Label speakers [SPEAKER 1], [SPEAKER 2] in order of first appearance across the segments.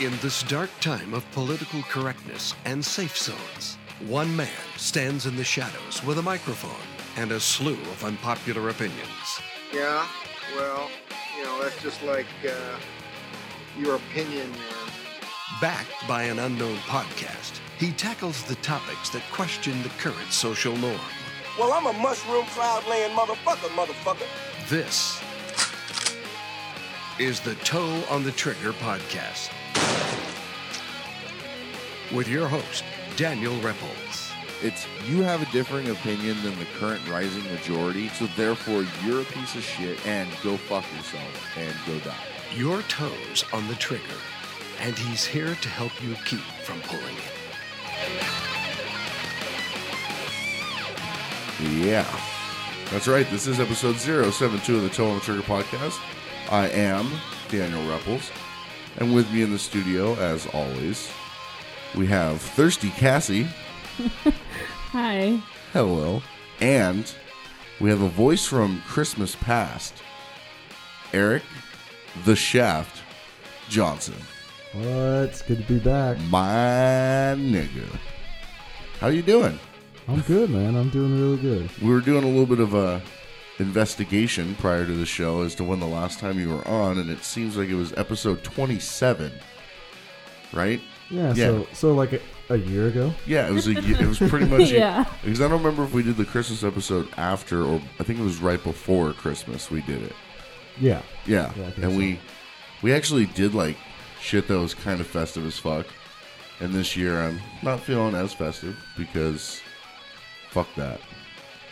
[SPEAKER 1] In this dark time of political correctness and safe zones, one man stands in the shadows with a microphone and a slew of unpopular opinions.
[SPEAKER 2] Yeah, well, you know, that's just like uh, your opinion, man.
[SPEAKER 1] Backed by an unknown podcast, he tackles the topics that question the current social norm.
[SPEAKER 3] Well, I'm a mushroom cloud laying motherfucker, motherfucker.
[SPEAKER 1] This is the Toe on the Trigger podcast with your host, Daniel Ripples.
[SPEAKER 4] It's you have a differing opinion than the current rising majority, so therefore you're a piece of shit and go fuck yourself and go die.
[SPEAKER 1] Your toes on the trigger, and he's here to help you keep from pulling it.
[SPEAKER 4] Yeah. That's right. This is episode 072 of the Toe on the Trigger podcast. I am Daniel Repples. And with me in the studio, as always, we have Thirsty Cassie.
[SPEAKER 5] Hi.
[SPEAKER 4] Hello. And we have a voice from Christmas past Eric the Shaft Johnson.
[SPEAKER 6] What's good to be back?
[SPEAKER 4] My nigga. How you doing?
[SPEAKER 6] I'm good, man. I'm doing really good.
[SPEAKER 4] We were doing a little bit of a investigation prior to the show as to when the last time you were on, and it seems like it was episode 27, right?
[SPEAKER 6] Yeah.
[SPEAKER 4] Yeah.
[SPEAKER 6] So, so like a, a year ago.
[SPEAKER 4] Yeah, it was a, ye- it was pretty much a-
[SPEAKER 5] Yeah.
[SPEAKER 4] Because I don't remember if we did the Christmas episode after, or I think it was right before Christmas we did it.
[SPEAKER 6] Yeah.
[SPEAKER 4] Yeah,
[SPEAKER 6] Yeah, I think
[SPEAKER 4] and
[SPEAKER 6] so.
[SPEAKER 4] we we actually did like shit that was kind of festive as fuck. And this year I'm not feeling as festive because fuck that.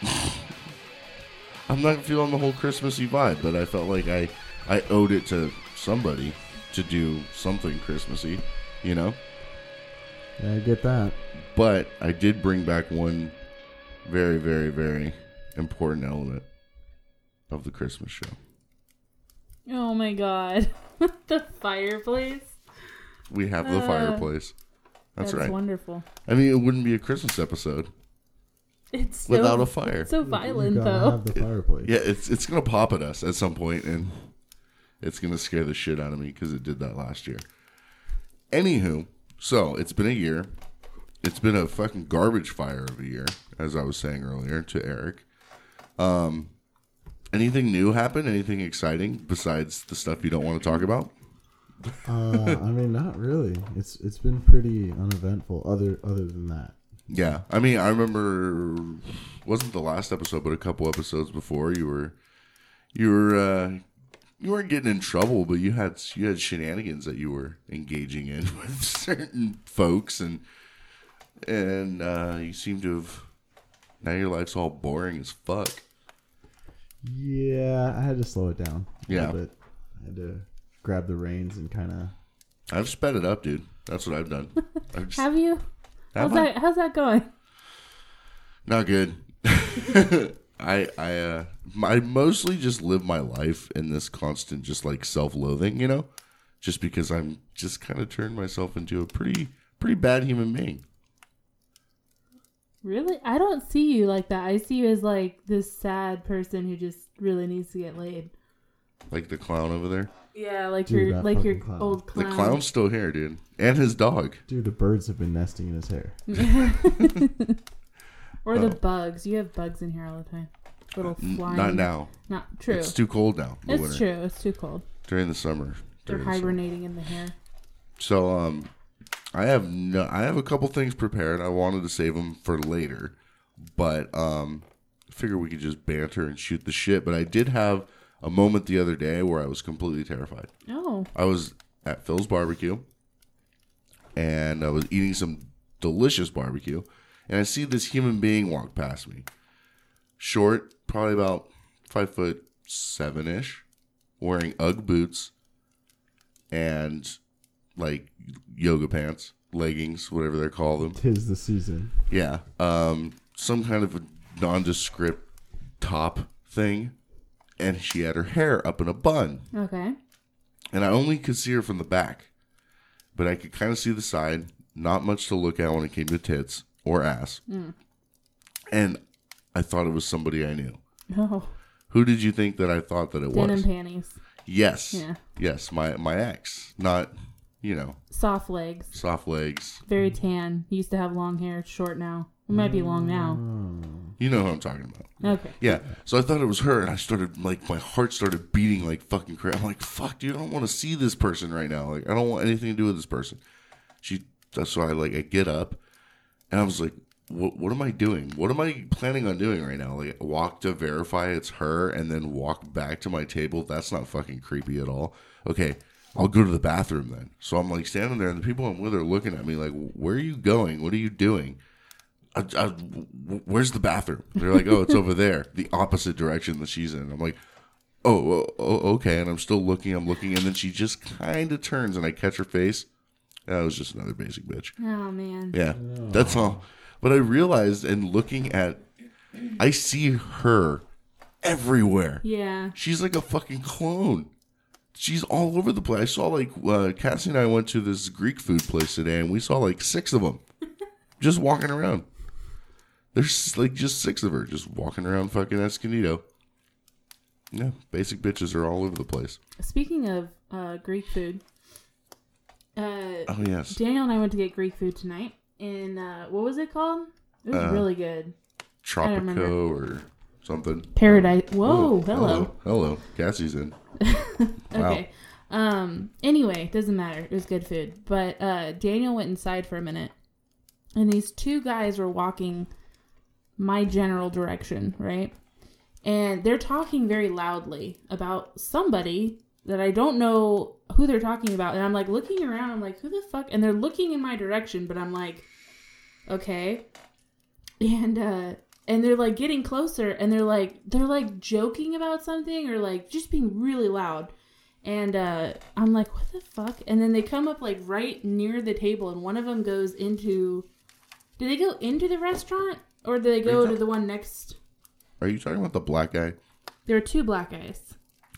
[SPEAKER 4] I'm not feeling the whole Christmassy vibe, but I felt like I I owed it to somebody to do something Christmassy, you know.
[SPEAKER 6] Yeah, I get that.
[SPEAKER 4] But I did bring back one very very very important element of the Christmas show.
[SPEAKER 5] Oh my god. the fireplace.
[SPEAKER 4] We have the fireplace. That's, right.
[SPEAKER 5] wonderful.
[SPEAKER 4] I mean, it wouldn't be a Christmas episode
[SPEAKER 5] It's so,
[SPEAKER 4] without a fire.
[SPEAKER 5] so
[SPEAKER 6] You
[SPEAKER 5] violent
[SPEAKER 6] gotta
[SPEAKER 5] though.
[SPEAKER 6] have the fireplace.
[SPEAKER 4] yeah, it's it's gonna pop at us at some point, and it's gonna scare the shit out of me because it did that last year. Anywho, so it's been a year. It's been a fucking garbage fire of a year, as I was saying earlier to Eric. Um, anything new happen? Anything exciting besides the stuff you don't want to talk about?
[SPEAKER 6] Uh, I mean, not really. It's it's been pretty uneventful. Other other than that.
[SPEAKER 4] Yeah, I mean, I remember wasn't the last episode, but a couple episodes before you were, you were, uh, you weren't getting in trouble, but you had you had shenanigans that you were engaging in with certain folks, and and uh, you seem to have now your life's all boring as fuck.
[SPEAKER 6] Yeah, I had to slow it down. a
[SPEAKER 4] Yeah.
[SPEAKER 6] little bit. I had to grab the reins and kind of.
[SPEAKER 4] I've sped it up, dude. That's what I've done. I've just,
[SPEAKER 5] Have you?
[SPEAKER 4] Have
[SPEAKER 5] how's
[SPEAKER 4] I?
[SPEAKER 5] that how's that going?
[SPEAKER 4] Not good. I I uh I mostly just live my life in this constant just like self-loathing, you know? Just because I'm just kind of turned myself into a pretty pretty bad human being.
[SPEAKER 5] Really? I don't see you like that. I see you as like this sad person who just really needs to get laid.
[SPEAKER 4] Like the clown over there.
[SPEAKER 5] Yeah, like
[SPEAKER 6] Dude,
[SPEAKER 5] your
[SPEAKER 6] that
[SPEAKER 5] like your
[SPEAKER 6] fucking clown.
[SPEAKER 5] old clown.
[SPEAKER 4] The clown's still here, dude. And his dog.
[SPEAKER 6] Dude, the birds have been nesting in his hair.
[SPEAKER 5] Or the bugs. You have bugs in here all the time. Little
[SPEAKER 4] Oh. Uh, N-
[SPEAKER 5] flying.
[SPEAKER 4] Not now.
[SPEAKER 5] Not true.
[SPEAKER 4] It's
[SPEAKER 5] It's,
[SPEAKER 4] too cold now. in the winter.
[SPEAKER 5] true. It's too cold.
[SPEAKER 4] During the summer.
[SPEAKER 5] They're
[SPEAKER 4] During the summer.
[SPEAKER 5] hibernating in the hair.
[SPEAKER 4] So um, I have no, I have a couple things prepared. I wanted to save them for later, but um, I figure we could just banter and shoot the shit. But I did have a moment the other day where I was completely terrified.
[SPEAKER 5] Oh.
[SPEAKER 4] I was at Phil's barbecue and I was eating some delicious barbecue and I see this human being walk past me. Short, probably about five foot seven ish, wearing Ugg boots and like yoga pants, leggings, whatever they call them.
[SPEAKER 6] Tis the season.
[SPEAKER 4] Yeah. Um, some kind of a nondescript top thing. And she had her hair up in a bun
[SPEAKER 5] Okay.
[SPEAKER 4] and I only could see her from the back, but I could kind of see the side. Not much to look at when it came to tits or ass, and I thought it was somebody I knew.
[SPEAKER 5] Oh.
[SPEAKER 4] Who did you think that I thought that it
[SPEAKER 5] Denim
[SPEAKER 4] was?
[SPEAKER 5] panties.
[SPEAKER 4] Yes,
[SPEAKER 5] Yeah.
[SPEAKER 4] yes, my my ex, not you know,
[SPEAKER 5] Soft legs.
[SPEAKER 4] soft legs.
[SPEAKER 5] Very tan. Used to have long hair. Short now. It might be long now.
[SPEAKER 4] You know who I'm talking about.
[SPEAKER 5] Okay.
[SPEAKER 4] Yeah. So I thought it was her, and I started like my heart started beating like fucking crazy. I'm like, fuck, dude, I don't want to see this person right now. Like, I don't want anything to do with this person. She. That's why I like I get up, and I was like, what What am I doing? What am I planning on doing right now? Like, walk to verify it's her, and then walk back to my table. That's not fucking creepy at all. Okay. I'll go to the bathroom then. So I'm like standing there, and the people I'm with are looking at me like, "Where are you going? What are you doing?" I, I- w- w- where's the bathroom? They're like, oh, it's over there, the opposite direction that she's in. I'm like, oh, o- o- okay. And I'm still looking, I'm looking. And then she just kind of turns and I catch her face. That was just another basic bitch.
[SPEAKER 5] Oh man.
[SPEAKER 4] Yeah, that's all. But I realized in looking at, I see her everywhere.
[SPEAKER 5] Yeah.
[SPEAKER 4] She's like a fucking clone. She's all over the place. I saw like uh, Cassie and I went to this Greek food place today, and we saw like six of them just walking around. There's like just six of her just walking around fucking Escondido. Yeah, basic bitches are all over the place.
[SPEAKER 5] Speaking of uh, Greek food, uh,
[SPEAKER 4] Oh yes,
[SPEAKER 5] Daniel and I went to get Greek food tonight, and uh, what was it called? It was really good. don't remember.
[SPEAKER 4] Tropico or something.
[SPEAKER 5] Paradise. Whoa,
[SPEAKER 4] Oh,
[SPEAKER 5] hello.
[SPEAKER 4] hello. Cassie's in.
[SPEAKER 5] Okay. Um. Anyway, doesn't matter. It was good food. But uh, Daniel went inside for a minute, and these two guys were walking my general direction, right? And they're talking very loudly about somebody that I don't know who they're talking about. And I'm like looking around. I'm like, who the fuck? And they're looking in my direction, but I'm like, okay. And uh, and they're like getting closer, and they're like they're like joking about something or like just being really loud. And uh, I'm like, what the fuck? And then they come up like right near the table, and one of them goes into. Do they go into the restaurant or do they go to the one next?
[SPEAKER 4] Are you talking about the black guy?
[SPEAKER 5] There are two black guys.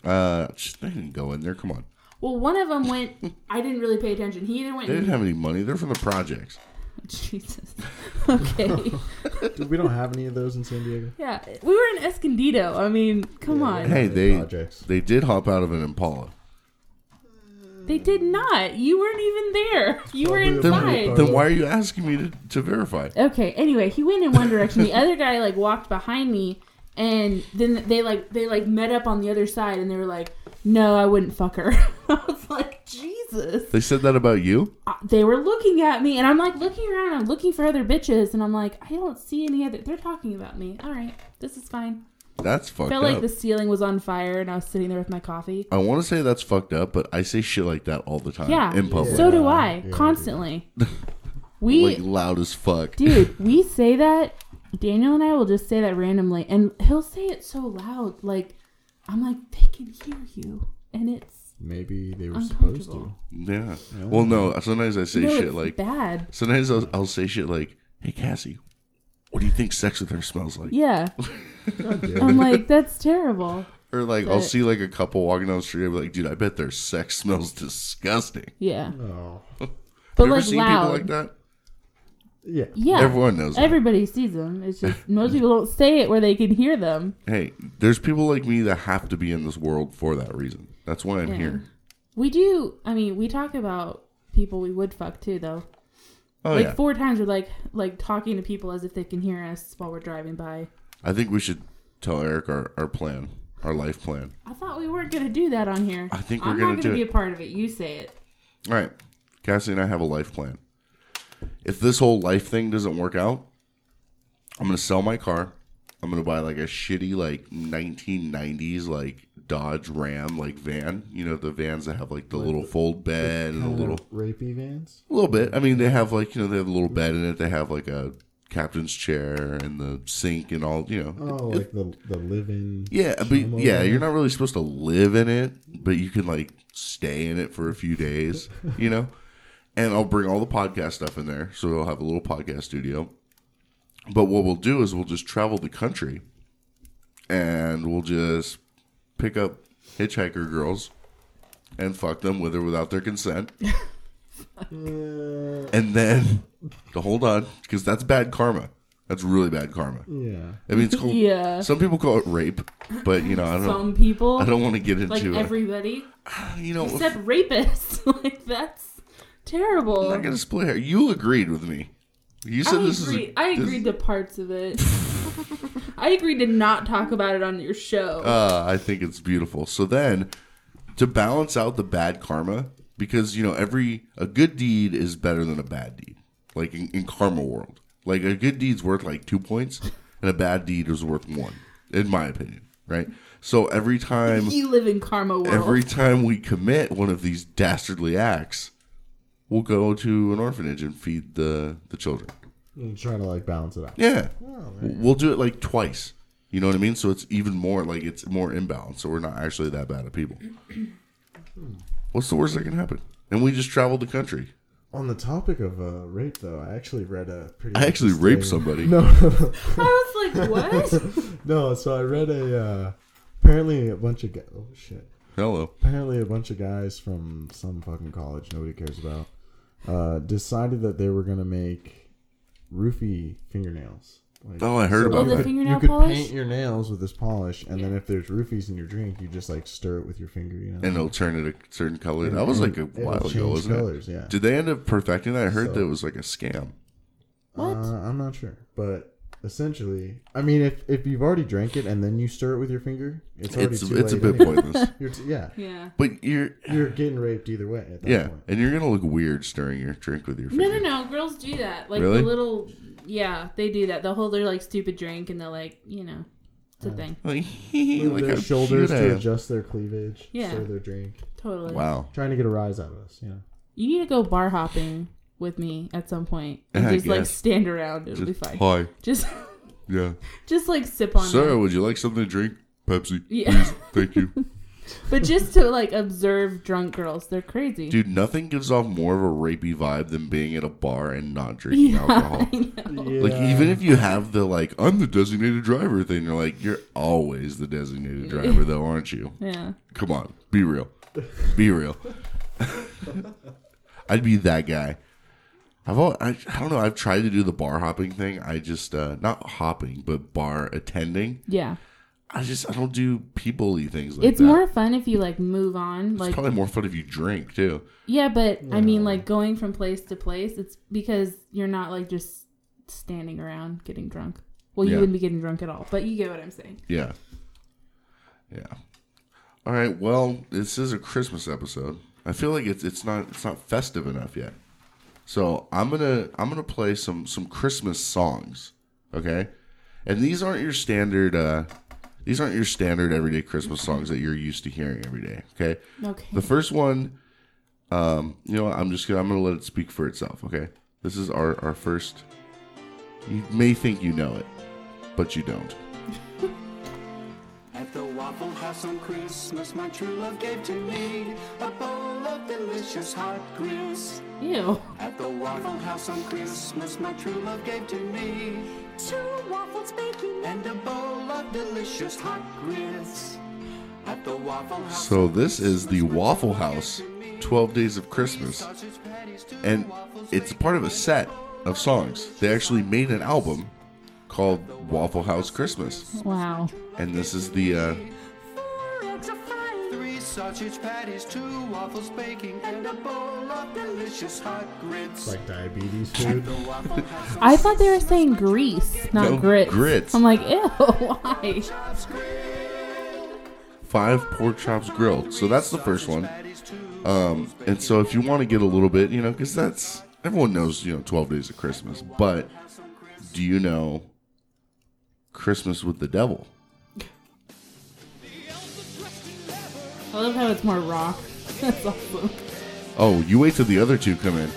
[SPEAKER 4] Uh, just, they didn't go in there. Come on,
[SPEAKER 5] Well, one of them went. I didn't really pay attention. He either went.
[SPEAKER 4] they didn't have any money. They're from the projects.
[SPEAKER 5] Jesus. Okay.
[SPEAKER 6] Dude, we don't have any of those in San Diego.
[SPEAKER 5] yeah, we were in Escondido. I mean, come on.
[SPEAKER 4] Hey, they
[SPEAKER 6] projects.
[SPEAKER 4] they did hop out of an Impala.
[SPEAKER 5] They did not. You weren't even there. You were
[SPEAKER 6] Probably a
[SPEAKER 5] inside.
[SPEAKER 6] Impala.
[SPEAKER 4] Then why are you asking me to, to verify?
[SPEAKER 5] Okay. Anyway, he went in one direction. The other guy like walked behind me, and then they like they like met up on the other side, and they were like, "No, I wouldn't fuck her." I was like, "Jesus."
[SPEAKER 4] They said that about you?
[SPEAKER 5] Uh, They were looking at me, and I'm like looking around. I'm looking for other bitches, and I'm like, I don't see any other. They're talking about me. All right, this is fine.
[SPEAKER 4] That's fucked
[SPEAKER 5] Felt
[SPEAKER 4] up.
[SPEAKER 5] like the ceiling was on fire, and I was sitting there with my coffee.
[SPEAKER 4] I want to say that's fucked up, but I say shit like that all the time
[SPEAKER 5] Yeah.
[SPEAKER 4] Uh, in public.
[SPEAKER 5] So do I
[SPEAKER 6] Yeah,
[SPEAKER 5] constantly. We
[SPEAKER 4] like loud as fuck.
[SPEAKER 5] dude we say that daniel and i will just say that randomly and he'll say it so loud like i'm like they can hear you and it's
[SPEAKER 6] Maybe they were supposed to.
[SPEAKER 5] Uncomfortable.
[SPEAKER 4] Yeah. Well, no. Sometimes I say
[SPEAKER 5] no,
[SPEAKER 4] shit
[SPEAKER 5] it's
[SPEAKER 4] like.
[SPEAKER 5] bad
[SPEAKER 4] Sometimes I'll, I'll say shit like, "Hey Cassie, what do you think sex with her smells like?"
[SPEAKER 5] yeah i'm like that's terrible
[SPEAKER 4] Or like I'll
[SPEAKER 5] But-
[SPEAKER 4] see like a couple walking down the street. i be like, "Dude, I bet their sex smells disgusting."
[SPEAKER 5] yeah
[SPEAKER 6] Oh.
[SPEAKER 5] but
[SPEAKER 4] you ever
[SPEAKER 5] like
[SPEAKER 4] seen
[SPEAKER 5] loud
[SPEAKER 4] people like that?
[SPEAKER 6] Yeah.
[SPEAKER 5] yeah
[SPEAKER 4] Everyone knows. that.
[SPEAKER 5] everybody sees them it's just most people don't say it where they can hear them
[SPEAKER 4] Hey, there's people like me that have to be in this world for that reason. That's why I'm
[SPEAKER 5] Yeah.
[SPEAKER 4] here.
[SPEAKER 5] we do i mean we talk about people we would fuck too though
[SPEAKER 4] Oh
[SPEAKER 5] like
[SPEAKER 4] yeah.
[SPEAKER 5] four times we're like like talking to people as if they can hear us while we're driving by
[SPEAKER 4] I think we should tell Eric our, our plan, our life plan.
[SPEAKER 5] I thought we weren't gonna do that on here.
[SPEAKER 4] I think we're
[SPEAKER 5] I'm
[SPEAKER 4] gonna
[SPEAKER 5] not
[SPEAKER 4] do
[SPEAKER 5] gonna be
[SPEAKER 4] it.
[SPEAKER 5] a part of it. You say it.
[SPEAKER 4] All right. Cassie and I have a life plan. If this whole life thing doesn't work out, I'm going to sell my car. I'm going to buy like a shitty, like 1990s, like Dodge Ram, like van. You know, the vans that have like the little fold bed and a little,
[SPEAKER 6] Rapey vans.
[SPEAKER 4] a little bit. I mean, they have like, you know, they have a little bed in it. They have like a captain's chair and the sink and all, you know.
[SPEAKER 6] Oh, like the the live-in.
[SPEAKER 4] Yeah, but yeah, you're not really supposed to live in it, but you can like stay in it for a few days, you know. And I'll bring all the podcast stuff in there, so we'll have a little podcast studio. But what we'll do is we'll just travel the country, and we'll just pick up hitchhiker girls and fuck them with or without their consent,
[SPEAKER 6] Uh,
[SPEAKER 4] and then to hold on because that's bad karma. That's really bad karma.
[SPEAKER 6] yeah.
[SPEAKER 4] I mean, it's called.
[SPEAKER 5] Yeah.
[SPEAKER 4] Some people call it rape, but you know, I don't. uh,
[SPEAKER 5] Some people,
[SPEAKER 4] I don't want to get into
[SPEAKER 5] like
[SPEAKER 4] it.
[SPEAKER 5] everybody,
[SPEAKER 4] you know,
[SPEAKER 5] except rapists. like that's terrible.
[SPEAKER 4] I got a split hair. You agreed with me. You said
[SPEAKER 5] I
[SPEAKER 4] this
[SPEAKER 5] agree-
[SPEAKER 4] is. A,
[SPEAKER 5] I
[SPEAKER 4] this-
[SPEAKER 5] agreed to parts of it. I agreed to not talk about it on your show.
[SPEAKER 4] Uh, I think it's beautiful. So then, to balance out the bad karma, because you know every a good deed is better than a bad deed. Like in, in karma world, like a good deed's worth like two points, and a bad deed is worth one, in my opinion. Right. So every time,
[SPEAKER 5] you live in karma world.
[SPEAKER 4] every time we commit one of these dastardly acts, we'll go to an orphanage and feed the the children.
[SPEAKER 6] I'm trying to like balance it out.
[SPEAKER 4] Yeah. we'll do it like twice. You know what I mean? So it's even more like it's more imbalanced. So we're not actually that bad of people. What's the worst that can happen? And we just traveled the country.
[SPEAKER 6] On the topic of uh, rape, though, I actually read a pretty.
[SPEAKER 4] I actually raped
[SPEAKER 6] interesting-
[SPEAKER 4] somebody.
[SPEAKER 6] No,
[SPEAKER 5] I was like, what?
[SPEAKER 6] no. So I read a. Uh, apparently, a bunch of ga- oh shit.
[SPEAKER 4] Hello.
[SPEAKER 6] Apparently, a bunch of guys from some fucking college nobody cares about uh, decided that they were gonna make roofie fingernails. Like,
[SPEAKER 4] Oh, I heard
[SPEAKER 6] so
[SPEAKER 5] Oh,
[SPEAKER 4] about
[SPEAKER 5] the
[SPEAKER 4] that.
[SPEAKER 5] fingernail
[SPEAKER 6] you could
[SPEAKER 5] polish?
[SPEAKER 6] paint your nails with this polish, and then if there's roofies in your drink, you just like stir it with your finger. You know,
[SPEAKER 4] And it'll turn it a certain color.
[SPEAKER 6] And-
[SPEAKER 4] That was
[SPEAKER 6] and
[SPEAKER 4] like a
[SPEAKER 6] it'll
[SPEAKER 4] while
[SPEAKER 6] change
[SPEAKER 4] ago, wasn't it?
[SPEAKER 6] colors, Yeah.
[SPEAKER 4] Did they end up perfecting that? I heard
[SPEAKER 6] So-
[SPEAKER 4] that it was like a scam.
[SPEAKER 5] What?
[SPEAKER 6] Uh, I'm not sure, but essentially, I mean, if if you've already drank it and then you stir it with your finger, it's already
[SPEAKER 4] It's
[SPEAKER 6] too
[SPEAKER 4] it's a
[SPEAKER 6] late.
[SPEAKER 4] bit
[SPEAKER 6] anyway.
[SPEAKER 4] pointless.
[SPEAKER 6] You're t- yeah,
[SPEAKER 5] yeah.
[SPEAKER 4] But you're
[SPEAKER 6] you're getting raped either way. At that
[SPEAKER 4] yeah,
[SPEAKER 6] point.
[SPEAKER 4] and you're gonna look weird stirring your drink with your
[SPEAKER 5] No,
[SPEAKER 4] finger.
[SPEAKER 5] no, no. Girls do that. Like
[SPEAKER 4] Really?
[SPEAKER 5] the little, yeah, they do that. They'll hold their like stupid drink and they're like, you know, it's a thing.
[SPEAKER 4] Like,
[SPEAKER 6] Move
[SPEAKER 4] like
[SPEAKER 6] their
[SPEAKER 4] how
[SPEAKER 6] shoulders
[SPEAKER 4] cute I
[SPEAKER 6] to
[SPEAKER 4] am.
[SPEAKER 6] adjust their cleavage.
[SPEAKER 5] Yeah.
[SPEAKER 6] Stir their drink.
[SPEAKER 5] Totally.
[SPEAKER 4] Wow.
[SPEAKER 6] Trying to get a rise out of us. You know.
[SPEAKER 5] You need to go bar hopping with me at some point and
[SPEAKER 4] I
[SPEAKER 5] just like
[SPEAKER 4] guess.
[SPEAKER 5] stand around. It'll
[SPEAKER 4] Just,
[SPEAKER 5] be fine.
[SPEAKER 4] hi.
[SPEAKER 5] Just,
[SPEAKER 4] Yeah.
[SPEAKER 5] just like sip on
[SPEAKER 4] Sir,
[SPEAKER 5] it.
[SPEAKER 4] would you like something to drink? Pepsi.
[SPEAKER 5] Yeah.
[SPEAKER 4] Thank you.
[SPEAKER 5] but just to like observe drunk girls, they're crazy.
[SPEAKER 4] Dude, nothing gives off more of a rapey vibe than being at a bar and not drinking alcohol.
[SPEAKER 5] Oh.
[SPEAKER 4] Like even if you have the like I'm the designated driver thing, you're like, you're always the designated driver though, aren't you?
[SPEAKER 5] yeah.
[SPEAKER 4] Come on, be real. Be real. I'd be that guy. I've all, I, I don't know, I've tried to do the bar hopping thing. I just uh not hopping, but bar attending.
[SPEAKER 5] Yeah.
[SPEAKER 4] I just I don't do people y things like
[SPEAKER 5] It's
[SPEAKER 4] that.
[SPEAKER 5] more fun if you like move on.
[SPEAKER 4] It's
[SPEAKER 5] Like,
[SPEAKER 4] probably more fun if you drink too.
[SPEAKER 5] yeah, but I mean, like going from place to place, it's because you're not like just standing around getting drunk. Well, you
[SPEAKER 4] Yeah.
[SPEAKER 5] wouldn't be getting drunk at all, but you get what I'm saying.
[SPEAKER 4] Yeah. Yeah. All right. Well, this is a Christmas episode. I feel like it's it's not it's not festive enough yet. So I'm gonna I'm gonna play some some Christmas songs. Okay. And these aren't your standard uh these aren't your standard everyday Christmas songs that you're used to hearing every day. Okay.
[SPEAKER 5] Okay.
[SPEAKER 4] The first one, um, you know, what, I'm just gonna I'm gonna let it speak for itself. Okay, this is our our first. You may think you know it, but you don't.
[SPEAKER 7] At the Waffle House on Christmas, my true love gave to me a bowl of delicious hot grease.
[SPEAKER 5] Ew.
[SPEAKER 7] At the Waffle House on Christmas, my true love gave to me two waffles baking and a bowl of delicious hot grease. At the Waffle House,
[SPEAKER 4] So this is the Waffle House, Twelve Days of Christmas,
[SPEAKER 7] sausage patties, two
[SPEAKER 4] and
[SPEAKER 7] waffles
[SPEAKER 4] it's part of a set of songs. They actually made an album called Waffle House Christmas,
[SPEAKER 5] Wow.
[SPEAKER 4] and this is the uh,
[SPEAKER 7] four eggs are frying, three sausage patties, two waffles baking, and a bowl of delicious hot grits.
[SPEAKER 6] It's like diabetes food.
[SPEAKER 5] I thought they were saying grease, not
[SPEAKER 4] No,
[SPEAKER 5] grits.
[SPEAKER 4] grits.
[SPEAKER 5] I'm like, ew, why?
[SPEAKER 4] Five Pork Chops Grilled. So that's the first one. Um, and so if you want to get a little bit, you know, because that's everyone knows, you know, 12 Days of Christmas. But do you know Christmas with the Devil?
[SPEAKER 5] I love how it's more rock. That's awesome.
[SPEAKER 4] Oh, you wait till the other two come in.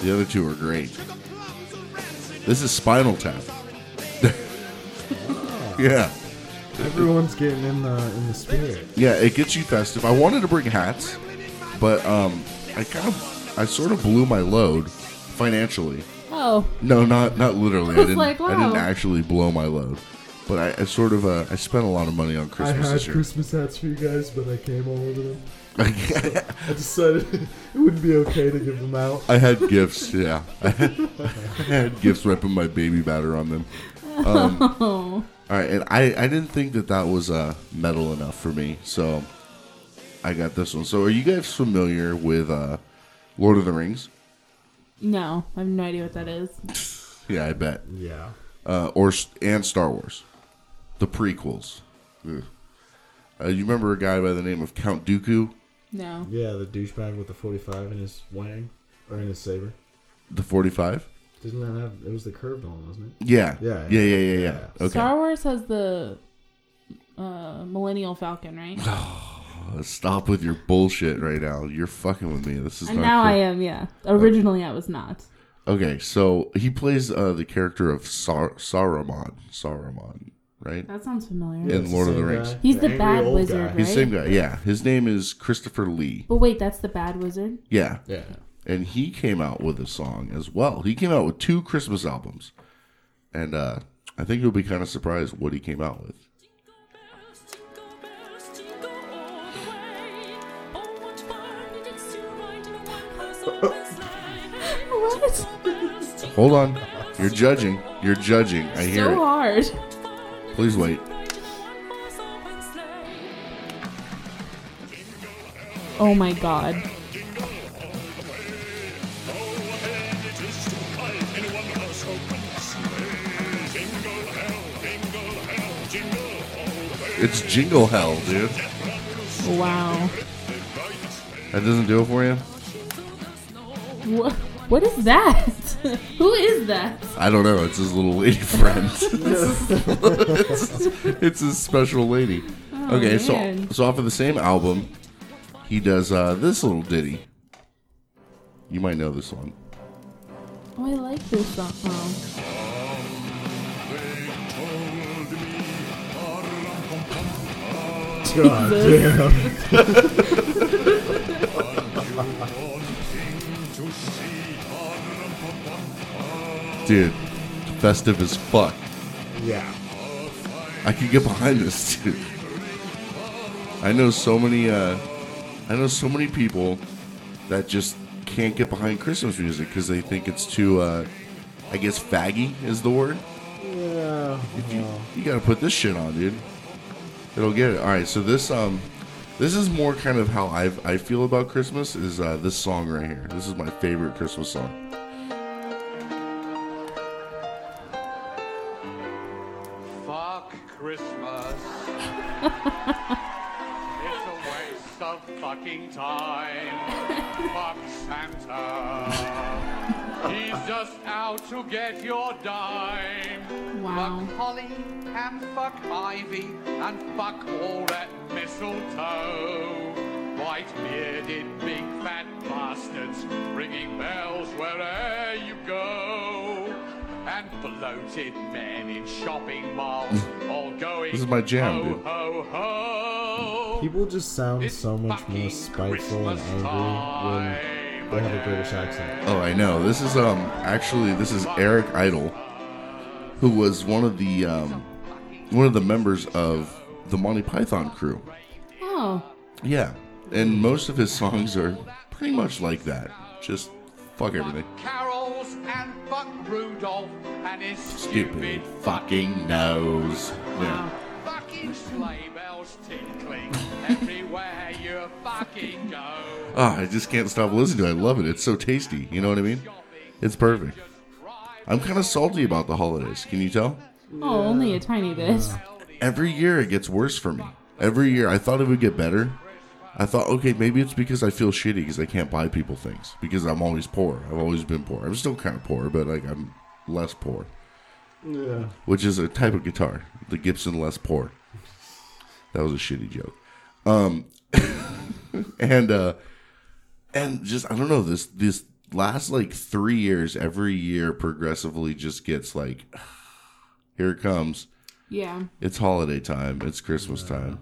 [SPEAKER 4] The other two are great. This is Spinal Tap. yeah.
[SPEAKER 6] Everyone's getting in the in the spirit.
[SPEAKER 4] Yeah, it gets you festive. I wanted to bring hats, but um, I kind of, I sort of blew my load financially.
[SPEAKER 5] Oh,
[SPEAKER 4] No, not not literally. I
[SPEAKER 5] was
[SPEAKER 4] didn't.
[SPEAKER 5] like,
[SPEAKER 4] I didn't
[SPEAKER 5] wow.
[SPEAKER 4] actually blow my load, but I, I sort of uh, I spent a lot of money on
[SPEAKER 6] I
[SPEAKER 4] Christmas
[SPEAKER 6] had
[SPEAKER 4] this year.
[SPEAKER 6] Christmas hats for you guys, but I came all over them. I decided it wouldn't be okay to give them out.
[SPEAKER 4] I had gifts. Yeah, I had, I had gifts. where I put my baby batter on them.
[SPEAKER 5] oh,
[SPEAKER 4] All right, and I I didn't think that that was uh, metal enough for me, so I got this one. So are you guys familiar with uh, Lord of the Rings.
[SPEAKER 5] No, I have no idea what that is.
[SPEAKER 4] Yeah, I bet.
[SPEAKER 6] Yeah.
[SPEAKER 4] Uh, or s- and Star Wars, the prequels. Ugh. Uh, you remember a guy by the name of Count Dooku,
[SPEAKER 5] No.
[SPEAKER 6] Yeah, the douchebag with the 45 in his wang or in his saber.
[SPEAKER 4] the forty-five?
[SPEAKER 6] Didn't that have? It was the curved one, wasn't it?
[SPEAKER 4] Yeah.
[SPEAKER 6] Yeah,
[SPEAKER 4] Yeah. Yeah. Yeah. Yeah.
[SPEAKER 6] yeah.
[SPEAKER 4] Okay.
[SPEAKER 5] Star Wars has the uh, Millennial Falcon, right?
[SPEAKER 4] Uh, Stop with your bullshit right now. You're fucking with me. This is
[SPEAKER 5] And
[SPEAKER 4] not
[SPEAKER 5] now
[SPEAKER 4] cool.
[SPEAKER 5] I am, yeah. Originally, I was not.
[SPEAKER 4] Okay, so he plays uh, the character of Sar- Saruman. Saruman, right?
[SPEAKER 5] That sounds familiar.
[SPEAKER 4] In
[SPEAKER 6] It's
[SPEAKER 4] Lord of the
[SPEAKER 6] same
[SPEAKER 4] Rings.
[SPEAKER 6] guy,
[SPEAKER 5] He's the
[SPEAKER 6] angry
[SPEAKER 5] bad
[SPEAKER 6] old
[SPEAKER 5] wizard,
[SPEAKER 6] guy.
[SPEAKER 4] He's the
[SPEAKER 5] Right?
[SPEAKER 4] same guy. Yeah, his name is Christopher Lee.
[SPEAKER 5] But wait, that's the bad wizard?
[SPEAKER 4] Yeah,
[SPEAKER 6] Yeah.
[SPEAKER 4] and he came out with a song as well. He came out with two Christmas albums, and uh, I think you'll be kind of surprised what he came out with.
[SPEAKER 5] What?
[SPEAKER 4] Hold on, you're judging. You're judging. I hear
[SPEAKER 5] so
[SPEAKER 4] it.
[SPEAKER 5] hard.
[SPEAKER 4] Please wait.
[SPEAKER 5] Oh my god.
[SPEAKER 4] It's Jingle Hell, dude.
[SPEAKER 5] Wow.
[SPEAKER 4] That doesn't do it for you.
[SPEAKER 5] What, what is that? Who is that?
[SPEAKER 4] I don't know. It's his little lady friend. it's, it's his special lady. okay,
[SPEAKER 5] Oh, man.
[SPEAKER 4] so so off of the same album, he does uh, this little ditty. You might know this one.
[SPEAKER 5] Oh, I like this song. Oh.
[SPEAKER 6] God damn.
[SPEAKER 4] Dude, festive as fuck.
[SPEAKER 6] Yeah.
[SPEAKER 4] I could get behind this, dude. I know so many. Uh, I know so many people that just can't get behind Christmas music because they think it's too. Uh, I guess faggy is the word.
[SPEAKER 6] Yeah. well,
[SPEAKER 4] You gotta put this shit on, dude. It'll get it. All right, so this um, this is more kind of how I I feel about Christmas is uh, this song right here. This is my favorite Christmas song.
[SPEAKER 8] Fuck Christmas. it's a waste of fucking time. Fuck Santa. He's just out to get your dime.
[SPEAKER 5] Wow.
[SPEAKER 8] Fuck holly and fuck ivy and fuck all that mistletoe. White bearded big fat bastards ringing bells wherever you go. And bloated men in shopping malls all going.
[SPEAKER 4] This is my jam,
[SPEAKER 8] ho,
[SPEAKER 4] dude.
[SPEAKER 8] Ho, ho.
[SPEAKER 6] People just sound
[SPEAKER 8] It's
[SPEAKER 6] so much
[SPEAKER 8] fucking
[SPEAKER 6] more spiteful and
[SPEAKER 8] Christmas
[SPEAKER 6] angry when
[SPEAKER 8] time
[SPEAKER 6] they have a British accent.
[SPEAKER 4] Oh, I know. This is um, actually this is Eric Idle, who was one of the um, one of the members of the Monty Python crew.
[SPEAKER 5] Oh.
[SPEAKER 4] Yeah, and most of his songs are pretty much like that. Just fuck everything.
[SPEAKER 8] Carols and fuck Rudolph and his
[SPEAKER 4] Stupid
[SPEAKER 8] stupid
[SPEAKER 4] fucking nose. Yeah.
[SPEAKER 8] Fucking sleigh bells tinkling everywhere you fucking go.
[SPEAKER 4] Ah, I just can't stop listening to it. I love it. It's so tasty. You know what I mean? It's perfect. I'm kind of salty about the holidays. Can you tell?
[SPEAKER 5] Oh, only a tiny bit.
[SPEAKER 4] Every year it gets worse for me. Every year I thought it would get better. I thought, okay, maybe it's because I feel shitty because I can't buy people things because I'm always poor. I've always been poor. I'm still kind of poor, but like I'm less poor,
[SPEAKER 6] Yeah.
[SPEAKER 4] which is a type of guitar, the Gibson Les Poor. That was a shitty joke. Um, and uh, and just I don't know this this last like three years, every year progressively just gets like, here it comes.
[SPEAKER 5] Yeah.
[SPEAKER 4] It's holiday time. It's Christmas time.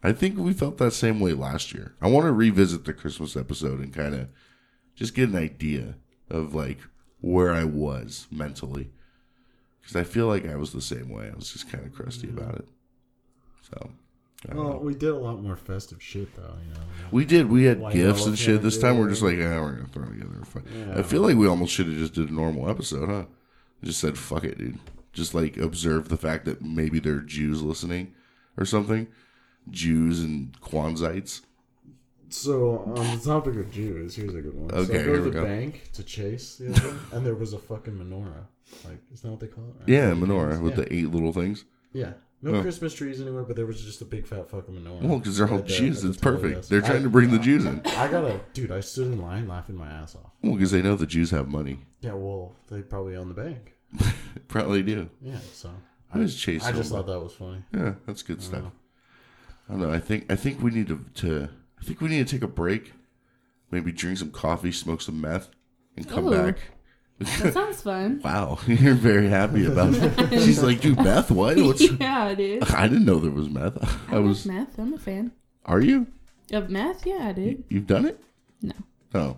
[SPEAKER 4] I think we felt that same way last year. I want to revisit the Christmas episode and kind of just get an idea of like where I was mentally. Because I feel like I was the same way. I was just kind of crusty about it. So I don't
[SPEAKER 6] Well,
[SPEAKER 4] know.
[SPEAKER 6] we did a lot more festive shit though, you know.
[SPEAKER 4] we did. We had
[SPEAKER 6] Like
[SPEAKER 4] gifts
[SPEAKER 6] all
[SPEAKER 4] and shit. This time we're just like,
[SPEAKER 6] together.
[SPEAKER 4] yeah, we're gonna throw together. Fuck.
[SPEAKER 6] Yeah.
[SPEAKER 4] I feel like we almost should have just did a normal episode, huh? Just said fuck it, dude. Just like observe the fact that maybe there are Jews listening or something. Jews and Kwanzaites.
[SPEAKER 6] So on the topic of Jews, here's a good one. so
[SPEAKER 4] Okay,
[SPEAKER 6] I go
[SPEAKER 4] here
[SPEAKER 6] to
[SPEAKER 4] we
[SPEAKER 6] the
[SPEAKER 4] go.
[SPEAKER 6] bank to chase the other, one, and there was a fucking menorah. Like, is that what they call it? Right?
[SPEAKER 4] Yeah, menorah with
[SPEAKER 6] Yeah.
[SPEAKER 4] the eight little things.
[SPEAKER 6] Yeah. No
[SPEAKER 4] Oh.
[SPEAKER 6] Christmas trees anywhere, but there was just a big fat fucking menorah.
[SPEAKER 4] Well, because they're all
[SPEAKER 6] At the-
[SPEAKER 4] Jews.
[SPEAKER 6] at the
[SPEAKER 4] It's
[SPEAKER 6] toilet
[SPEAKER 4] perfect.
[SPEAKER 6] desk.
[SPEAKER 4] They're
[SPEAKER 6] I-
[SPEAKER 4] trying to bring the Jews in.
[SPEAKER 6] I gotta, dude. I stood in line laughing my ass off.
[SPEAKER 4] Well, because they know the Jews have money.
[SPEAKER 6] Yeah, well, they probably own the bank.
[SPEAKER 4] Probably do.
[SPEAKER 6] Yeah, so
[SPEAKER 4] I was chasing.
[SPEAKER 6] I just
[SPEAKER 4] them.
[SPEAKER 6] thought that was funny.
[SPEAKER 4] Yeah, that's good stuff. I don't know. I think I think we need to, to I think we need to take a break. Maybe drink some coffee, smoke some meth, and come
[SPEAKER 5] Ooh.
[SPEAKER 4] back.
[SPEAKER 5] That sounds fun.
[SPEAKER 4] Wow, you're very happy about it. She's like, dude, meth? What? What's,
[SPEAKER 5] yeah, dude.
[SPEAKER 4] I didn't know there was meth. I,
[SPEAKER 5] I
[SPEAKER 4] was.
[SPEAKER 5] was meth. I'm a fan
[SPEAKER 4] Are you?
[SPEAKER 5] of meth. Yeah, dude.
[SPEAKER 4] You've done it?
[SPEAKER 5] No,
[SPEAKER 4] Oh.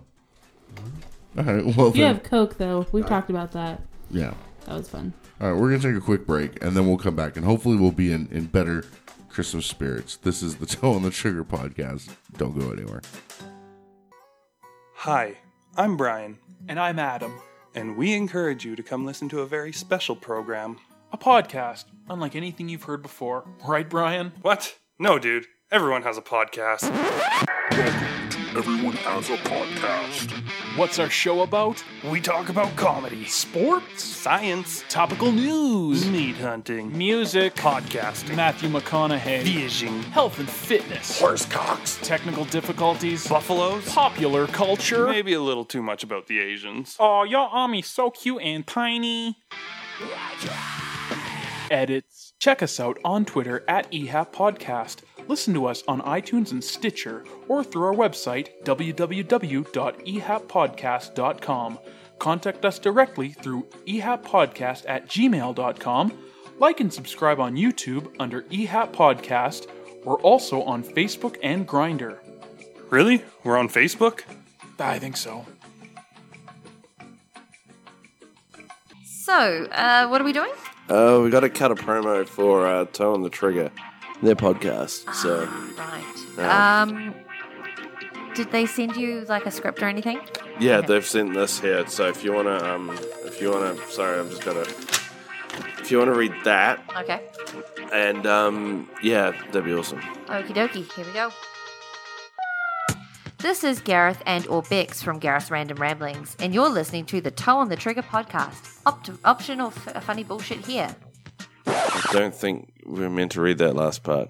[SPEAKER 5] Mm-hmm.
[SPEAKER 4] All right. Well,
[SPEAKER 5] you
[SPEAKER 4] then,
[SPEAKER 5] have coke though. We've talked about that.
[SPEAKER 4] yeah.
[SPEAKER 5] That was fun.
[SPEAKER 4] All right, we're gonna take a quick break, and then we'll come back, and hopefully, we'll be in in better Christmas spirits. This is the Toe on the Trigger podcast. Don't go anywhere.
[SPEAKER 7] Hi, I'm Brian. And I'm Adam. And we encourage you to come listen to a very special program.
[SPEAKER 8] A podcast, unlike anything you've heard before. Right, Brian?
[SPEAKER 7] What? No, dude. Everyone has a podcast.
[SPEAKER 9] Everyone has a podcast.
[SPEAKER 8] What's our show about?
[SPEAKER 7] We talk about comedy, sports, science,
[SPEAKER 8] Topical news,
[SPEAKER 7] meat hunting,
[SPEAKER 8] music,
[SPEAKER 7] podcasting,
[SPEAKER 8] Matthew McConaughey,
[SPEAKER 7] fishing,
[SPEAKER 8] health and fitness,
[SPEAKER 9] Horse cocks.
[SPEAKER 8] technical difficulties,
[SPEAKER 7] buffaloes.
[SPEAKER 8] popular culture.
[SPEAKER 7] Maybe a little too much about the Asians.
[SPEAKER 8] Oh, your army's so cute and tiny. Edits. Check us out on Twitter at EHAP Podcast. Listen to us on iTunes and Stitcher, or through our website, www.ehappodcast.com. Contact us directly through ehappodcast at gmail.com. Like and subscribe on YouTube under EHAP Podcast. We're also on Facebook and Grinder.
[SPEAKER 7] Really? We're on Facebook?
[SPEAKER 8] I think so.
[SPEAKER 10] So, uh, what are we doing?
[SPEAKER 3] Uh, we got to cut a promo for uh, Toe on the Trigger, their podcast. So
[SPEAKER 10] Ah, Right.
[SPEAKER 3] Yeah.
[SPEAKER 10] Um, did they send you like a script or anything?
[SPEAKER 3] yeah, they've sent this here. So if you wanna, um, if you wanna, sorry, I'm just gonna. If you wanna read that,
[SPEAKER 10] Okay.
[SPEAKER 3] and um, yeah, that'd be awesome.
[SPEAKER 10] Okie dokie, here we go. This is Gareth and or Bex from Gareth's Random Ramblings, and you're listening to the Toe on the Trigger podcast. Opt- optional f- funny bullshit here.
[SPEAKER 3] I don't think we are meant to read that last part.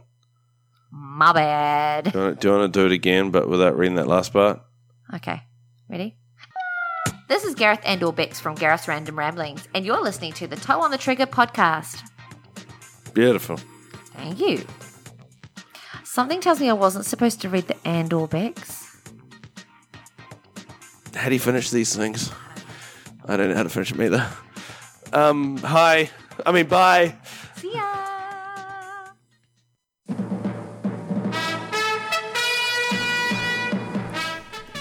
[SPEAKER 10] My bad.
[SPEAKER 3] Do you, wanna, do you wanna do it again, but without reading that last part?
[SPEAKER 10] Okay, ready? This is Gareth and or Bex from Gareth's Random Ramblings, and you're listening to the Toe on the Trigger podcast.
[SPEAKER 3] Beautiful.
[SPEAKER 10] Thank you. Something tells me I wasn't supposed to read the and or Bex.
[SPEAKER 3] How do you finish these things? I don't know how to finish them either. Um, hi. I mean, bye.
[SPEAKER 10] See ya.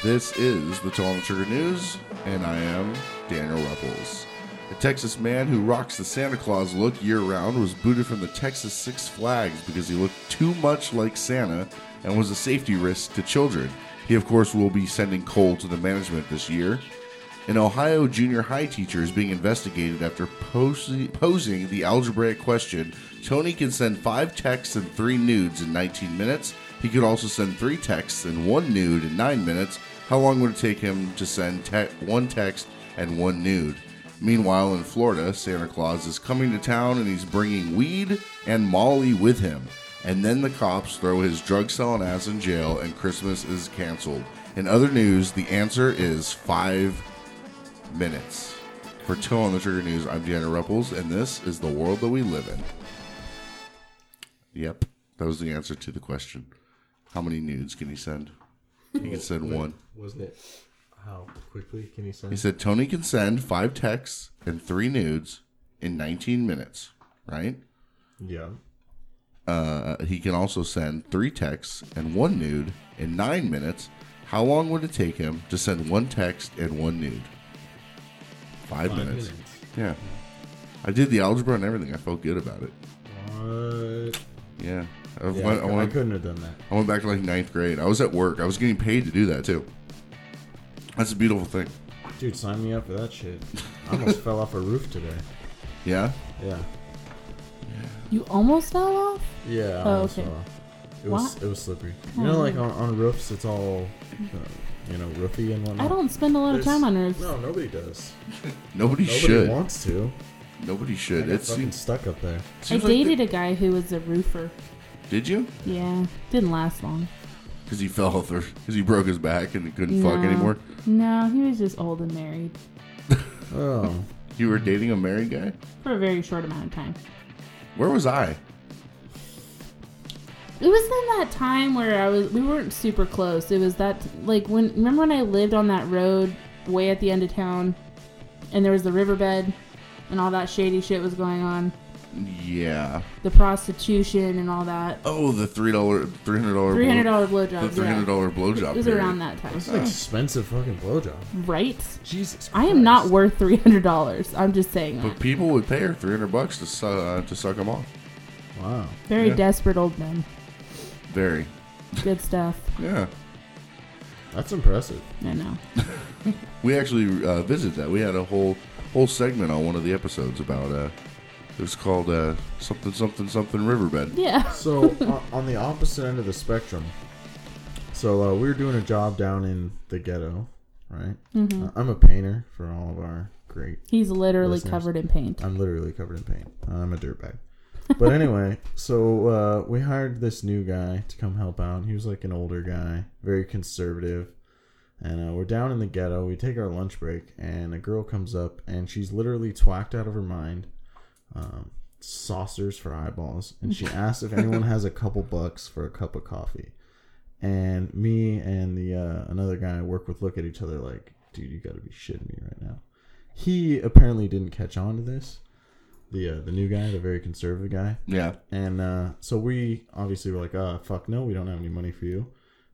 [SPEAKER 4] This is the Tall and Trigger News, and I am Daniel Rupples. A Texas man who rocks the Santa Claus look year round was booted from the Texas Six Flags because he looked too much like Santa and was a safety risk to children. He, of course, will be sending coal to the management this year. An Ohio junior high teacher is being investigated after posing, posing the algebraic question Tony can send five texts and three nudes in 19 minutes. He could also send three texts and one nude in nine minutes. How long would it take him to send te- one text and one nude? Meanwhile, in Florida, Santa Claus is coming to town and he's bringing weed and Molly with him. And then the cops throw his drug selling ass in jail and Christmas is canceled. In other news, the answer is five minutes. For Toe on the Trigger News, I'm Deanna Rupples, and this is the world that we live in. Yep, that was the answer to the question. How many nudes can he send? He can send one.
[SPEAKER 6] Wasn't it? How quickly can you send?
[SPEAKER 4] He said Tony can send five texts and three nudes in 19 minutes, right?
[SPEAKER 6] yeah.
[SPEAKER 4] Uh, he can also send three texts and one nude in nine minutes. How long would it take him to send one text and one nude? Five, minutes. Yeah. I did the algebra and everything. I felt good about it.
[SPEAKER 6] What?
[SPEAKER 4] Yeah. I, went,
[SPEAKER 6] Yeah, I,
[SPEAKER 4] I,
[SPEAKER 6] cou- I
[SPEAKER 4] went,
[SPEAKER 6] couldn't have done that.
[SPEAKER 4] I went back to like ninth grade. I was at work. I was getting paid to do that too. That's a beautiful thing.
[SPEAKER 6] Dude, sign me up for that shit. I almost fell off a roof today.
[SPEAKER 4] Yeah.
[SPEAKER 6] Yeah.
[SPEAKER 5] You almost fell off.
[SPEAKER 6] Yeah. I
[SPEAKER 5] Oh,
[SPEAKER 6] almost
[SPEAKER 5] okay.
[SPEAKER 6] fell off. It was
[SPEAKER 5] What?
[SPEAKER 6] it was slippery.
[SPEAKER 5] Oh,
[SPEAKER 6] You know, like
[SPEAKER 5] man.
[SPEAKER 6] on, on roofs, it's all uh, you know roofy and whatnot.
[SPEAKER 5] I don't spend a lot of
[SPEAKER 6] There's-
[SPEAKER 5] time on roofs.
[SPEAKER 6] No, nobody does.
[SPEAKER 4] Nobody, should.
[SPEAKER 6] wants to.
[SPEAKER 4] Nobody
[SPEAKER 6] I
[SPEAKER 4] should.
[SPEAKER 6] got
[SPEAKER 4] It
[SPEAKER 6] fucking
[SPEAKER 4] seems
[SPEAKER 6] stuck up there.
[SPEAKER 5] I
[SPEAKER 4] seems like
[SPEAKER 5] dated a guy who was a
[SPEAKER 4] the-
[SPEAKER 5] roofer.
[SPEAKER 4] did you?
[SPEAKER 5] Yeah, didn't last long.
[SPEAKER 4] Because he fell off the. Because he broke his back and he couldn't fuck
[SPEAKER 5] No.
[SPEAKER 4] anymore.
[SPEAKER 5] No, he was just old and married
[SPEAKER 4] Oh. you were dating a married guy?
[SPEAKER 5] for a very short amount of time.
[SPEAKER 4] Where was I?
[SPEAKER 5] It was in that time where I was we weren't super close. It was that like when remember when I lived on that road way at the end of town and there was the riverbed and all that shady shit was going on.
[SPEAKER 4] Yeah.
[SPEAKER 5] The prostitution and all that.
[SPEAKER 4] Oh, the three dollar, three hundred dollar,
[SPEAKER 5] $300 blowjobs, yeah.
[SPEAKER 4] The three hundred dollar blowjob.
[SPEAKER 5] It was
[SPEAKER 4] period.
[SPEAKER 5] around that time.
[SPEAKER 6] That's an expensive fucking blowjob.
[SPEAKER 5] Right?
[SPEAKER 6] Jesus
[SPEAKER 5] I am not worth three hundred dollars. I'm just saying that.
[SPEAKER 4] But people would pay her three hundred bucks to suck uh, to suck them off.
[SPEAKER 6] Wow.
[SPEAKER 5] Very
[SPEAKER 4] Yeah.
[SPEAKER 5] desperate old men.
[SPEAKER 4] Very.
[SPEAKER 5] Good stuff.
[SPEAKER 4] Yeah.
[SPEAKER 6] That's impressive.
[SPEAKER 5] I know.
[SPEAKER 4] We actually uh, visited that. We had a whole whole segment on one of the episodes about uh, it was called uh, something something something riverbed.
[SPEAKER 5] Yeah.
[SPEAKER 6] so on, on the opposite end of the spectrum, so uh, we were doing a job down in the ghetto, right?
[SPEAKER 5] Mhm.
[SPEAKER 6] Uh, I'm a painter for all of our great.
[SPEAKER 5] He's literally
[SPEAKER 6] listeners.
[SPEAKER 5] covered in paint.
[SPEAKER 6] I'm literally covered in paint. I'm a dirtbag. But anyway, so uh, we hired this new guy to come help out. He was like an older guy, very conservative. And uh, we're down in the ghetto. We take our lunch break, and a girl comes up, and she's literally twacked out of her mind. Um, saucers for eyeballs. And she asked if anyone has a couple bucks for a cup of coffee. And me and the uh, another guy I work with look at each other like, dude, you gotta be shitting me right now. He apparently didn't catch on to this. The uh, the new guy, the very conservative guy.
[SPEAKER 4] Yeah.
[SPEAKER 6] And uh, so we obviously were like, uh, fuck no, we don't have any money for you.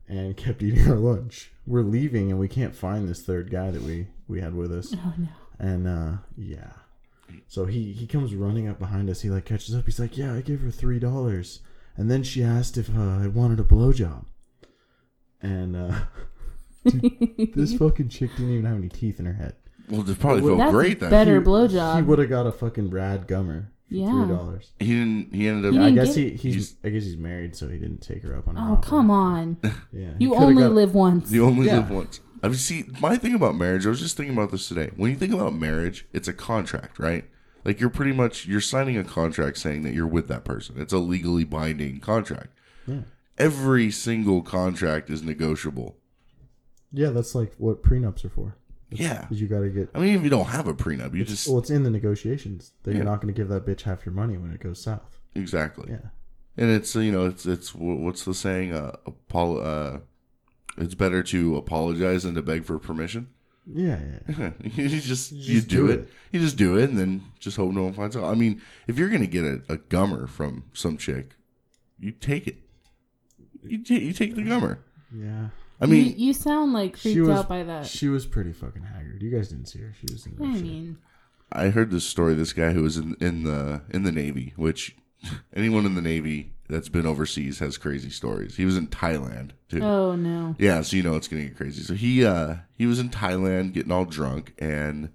[SPEAKER 6] And kept eating our lunch. We're leaving and we can't find this third guy that we, we had with us.
[SPEAKER 5] Oh, no.
[SPEAKER 6] And uh, yeah. So he, he comes running up behind us. He like catches up. He's like, yeah, I gave her $3. And then she asked if uh, I wanted a blowjob. And uh, dude, this fucking chick didn't even have any teeth in her head.
[SPEAKER 4] Well, this probably felt That's great then.
[SPEAKER 5] better
[SPEAKER 6] He-
[SPEAKER 5] blowjob.
[SPEAKER 6] He would have got a fucking rad gummer. For
[SPEAKER 5] Yeah.
[SPEAKER 6] Three dollars.
[SPEAKER 4] He didn't. He ended up.
[SPEAKER 6] I guess he, he's, I guess he's married, so he didn't take her up on. Her
[SPEAKER 5] Oh
[SPEAKER 6] offer.
[SPEAKER 5] come on.
[SPEAKER 6] Yeah, he
[SPEAKER 5] You
[SPEAKER 6] coulda
[SPEAKER 5] only
[SPEAKER 6] got-
[SPEAKER 5] live once.
[SPEAKER 4] You only
[SPEAKER 6] Yeah.
[SPEAKER 4] live once. I mean, see, my thing about marriage, I was just thinking about this today. When you think about marriage, it's a contract, right? Like you're pretty much you're signing a contract saying that you're with that person. It's a legally binding contract.
[SPEAKER 6] Yeah.
[SPEAKER 4] Every single contract is negotiable.
[SPEAKER 6] Yeah, that's like what prenups are for.
[SPEAKER 4] Yeah.
[SPEAKER 6] you got to get.
[SPEAKER 4] I mean, if you don't have a prenup, you just
[SPEAKER 6] Well, it's in the negotiations that
[SPEAKER 4] Yeah.
[SPEAKER 6] you're not going to give that bitch half your money when it goes south.
[SPEAKER 4] exactly.
[SPEAKER 6] Yeah.
[SPEAKER 4] And it's you know it's it's wh- what's the saying? Uh, apol- uh it's better to apologize than to beg for permission.
[SPEAKER 6] Yeah, yeah.
[SPEAKER 4] you just you, do, it. You just do it, and then just hope no one finds out. I mean, if you're gonna get a, a gummer from some chick, you take it. You ta- you take the gummer.
[SPEAKER 6] Yeah.
[SPEAKER 4] I mean,
[SPEAKER 5] you, you sound like
[SPEAKER 6] She
[SPEAKER 5] freaked
[SPEAKER 6] was-
[SPEAKER 5] out by that.
[SPEAKER 6] She was pretty fucking haggard. You guys didn't see her. She was in
[SPEAKER 5] I
[SPEAKER 6] that shit.
[SPEAKER 5] mean,
[SPEAKER 4] I heard this story. This guy who was in in the in the navy, which anyone in the navy that's been overseas has crazy stories. He was in Thailand too.
[SPEAKER 5] Oh, no.
[SPEAKER 4] Yeah, so you know it's gonna get crazy. So he uh he was in Thailand getting all drunk and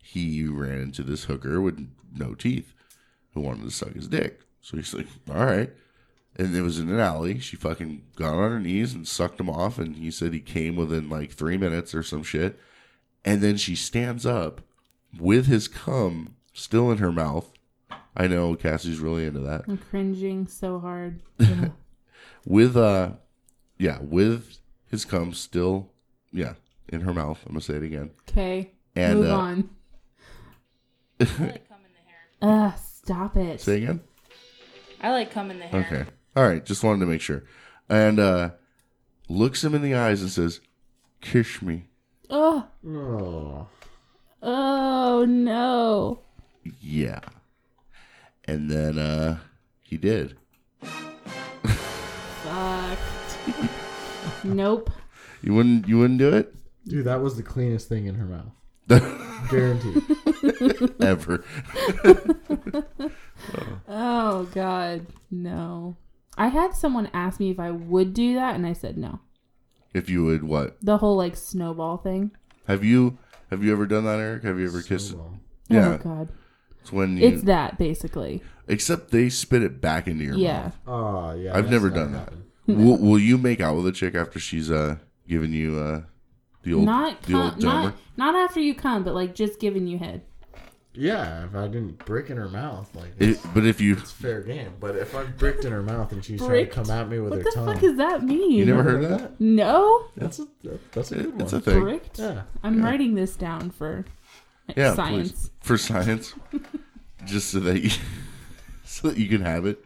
[SPEAKER 4] he ran into this hooker with no teeth who wanted to suck his dick. So he's like, All right. And it was in an alley. She fucking got on her knees and sucked him off and he said he came within like three minutes or some shit. And then she stands up with his cum still in her mouth. I know Cassie's really into that
[SPEAKER 5] I'm cringing so hard. Ugh.
[SPEAKER 4] with uh yeah with his cum still yeah in her mouth i'm gonna say it again
[SPEAKER 5] Okay,
[SPEAKER 4] And,
[SPEAKER 5] move
[SPEAKER 4] uh,
[SPEAKER 5] on. Ugh, stop it.
[SPEAKER 4] say again
[SPEAKER 11] I like coming the hair.
[SPEAKER 4] okay all right just wanted to make sure and uh looks him in the eyes and says kiss me
[SPEAKER 5] Oh,
[SPEAKER 6] oh
[SPEAKER 5] oh no.
[SPEAKER 4] yeah and then uh he did
[SPEAKER 5] Fuck. nope.
[SPEAKER 4] you wouldn't you wouldn't do it
[SPEAKER 6] Dude, that was the cleanest thing in her mouth. Guaranteed.
[SPEAKER 4] ever
[SPEAKER 5] Oh god, no. I had someone ask me if I would do that, and I said no.
[SPEAKER 4] if you would what
[SPEAKER 5] The whole like snowball thing.
[SPEAKER 4] have you have you ever done that eric have you ever kissed
[SPEAKER 5] Oh god,
[SPEAKER 4] it's when you,
[SPEAKER 5] it's that basically.
[SPEAKER 4] except they spit it back into your
[SPEAKER 5] Yeah.
[SPEAKER 4] mouth
[SPEAKER 6] Oh yeah.
[SPEAKER 4] I've
[SPEAKER 6] that's
[SPEAKER 4] never
[SPEAKER 6] not
[SPEAKER 4] done
[SPEAKER 6] happened.
[SPEAKER 4] Will, will you make out with a chick after she's uh giving you uh the old
[SPEAKER 5] not
[SPEAKER 4] the old
[SPEAKER 5] come,
[SPEAKER 4] dumber?
[SPEAKER 5] not not after you come, but like just giving you head.
[SPEAKER 6] Yeah, if I didn't brick in her mouth, like
[SPEAKER 4] It- but if you
[SPEAKER 6] it's fair game. But if I'm bricked in her mouth and she's
[SPEAKER 5] Bricked?
[SPEAKER 6] trying to come at me with
[SPEAKER 5] What
[SPEAKER 6] her
[SPEAKER 5] the
[SPEAKER 6] tongue,
[SPEAKER 5] fuck does that mean?
[SPEAKER 4] You never heard that?
[SPEAKER 5] No.
[SPEAKER 6] That's a that's a good
[SPEAKER 4] It's
[SPEAKER 6] one.
[SPEAKER 4] a thing.
[SPEAKER 5] Bricked?
[SPEAKER 6] Yeah.
[SPEAKER 5] I'm writing this down for
[SPEAKER 4] yeah,
[SPEAKER 5] science.
[SPEAKER 4] please. for science, just so that you so that you can have it.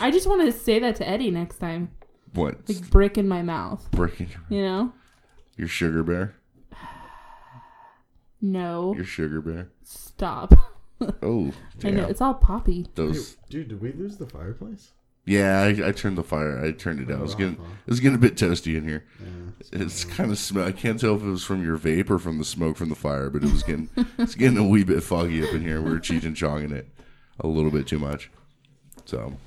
[SPEAKER 5] I just want to say that to Eddie next time.
[SPEAKER 4] What
[SPEAKER 5] Like brick in my mouth.
[SPEAKER 4] breaking your,
[SPEAKER 5] You know?
[SPEAKER 4] your sugar bear?
[SPEAKER 5] No.
[SPEAKER 4] Your sugar bear?
[SPEAKER 5] Stop.
[SPEAKER 4] Oh,
[SPEAKER 5] I
[SPEAKER 4] damn.
[SPEAKER 5] know it's all poppy.
[SPEAKER 4] Those.
[SPEAKER 6] dude, did we lose the fireplace?
[SPEAKER 4] Yeah, I, I turned the fire. I turned it down. It's
[SPEAKER 6] Oh,
[SPEAKER 4] getting
[SPEAKER 6] huh.
[SPEAKER 4] it's getting a bit toasty in here.
[SPEAKER 6] Yeah,
[SPEAKER 4] it's kind of smell. I can't tell if it was from your vape or from the smoke from the fire, but it was getting it's getting a wee bit foggy up in here. We were cheating and chonging it a little bit too much. So,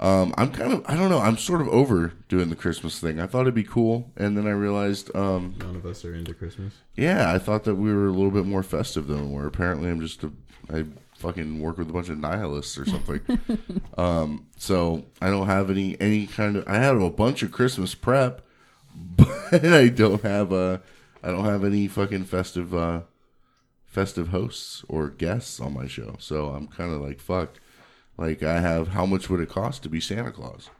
[SPEAKER 4] um, I'm kind of I don't know. I'm sort of over doing the Christmas thing. I thought it'd be cool, and then I realized, um,
[SPEAKER 6] None of us are into Christmas.
[SPEAKER 4] yeah, I thought that we were a little bit more festive than we were. Apparently, I'm just a I fucking work with a bunch of nihilists or something. um, so I don't have any any kind of. I have a bunch of Christmas prep, but I don't have a. I don't have any fucking festive uh, festive hosts or guests on my show. So I'm kind of like fucked. Like I have. How much would it cost to be Santa Claus?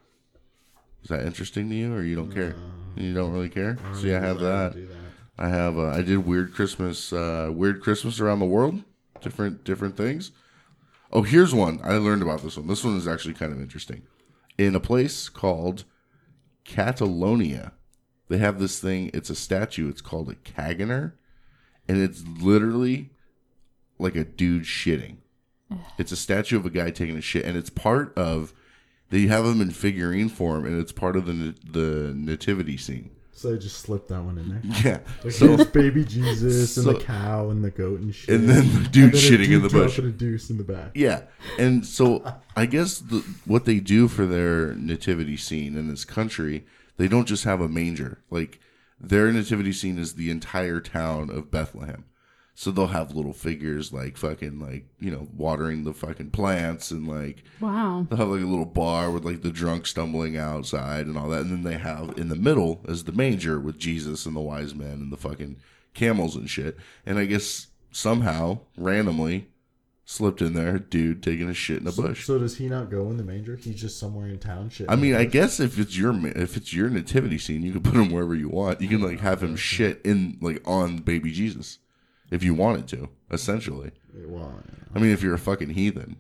[SPEAKER 4] Is that interesting to you, or you don't care? You don't really care. See, I have that. I have. Uh, I did weird Christmas. Uh, weird Christmas around the world. Different different things. Oh, here's one. I learned about this one. This one is actually kind of interesting. In a place called Catalonia, they have this thing. It's a statue. It's called a Caganer, and it's literally like a dude shitting. It's a statue of a guy taking a shit, and it's part of. They have them in figurine form, and it's part of the na- the nativity scene.
[SPEAKER 6] So I just slipped that one in there.
[SPEAKER 4] Yeah.
[SPEAKER 6] Like,
[SPEAKER 4] So-
[SPEAKER 6] here's baby Jesus
[SPEAKER 4] so-
[SPEAKER 6] and the cow and the goat and shit.
[SPEAKER 4] And then the dude
[SPEAKER 6] a
[SPEAKER 4] shitting in the bush.
[SPEAKER 6] dropping a deuce in the back.
[SPEAKER 4] Yeah, and so I guess the, what they do for their nativity scene in this country, they don't just have a manger. Like their nativity scene is the entire town of Bethlehem. So they'll have little figures like fucking like you know watering the fucking plants and like
[SPEAKER 5] Wow.
[SPEAKER 4] They'll have like a little bar with like the drunk stumbling outside and all that. And then they have in the middle is the manger with Jesus and the wise men and the fucking camels and shit. And I guess somehow, randomly, slipped in there, a dude taking a shit in a
[SPEAKER 6] So-
[SPEAKER 4] bush.
[SPEAKER 6] So, does he not go in the manger? He's just somewhere in town shit.
[SPEAKER 4] I mean, I guess if it's your ma- if it's your nativity scene, you can put him wherever you want. You can like have him shit in like on baby Jesus, if you wanted to. Essentially,
[SPEAKER 6] Well,
[SPEAKER 4] I mean, if you're a fucking heathen,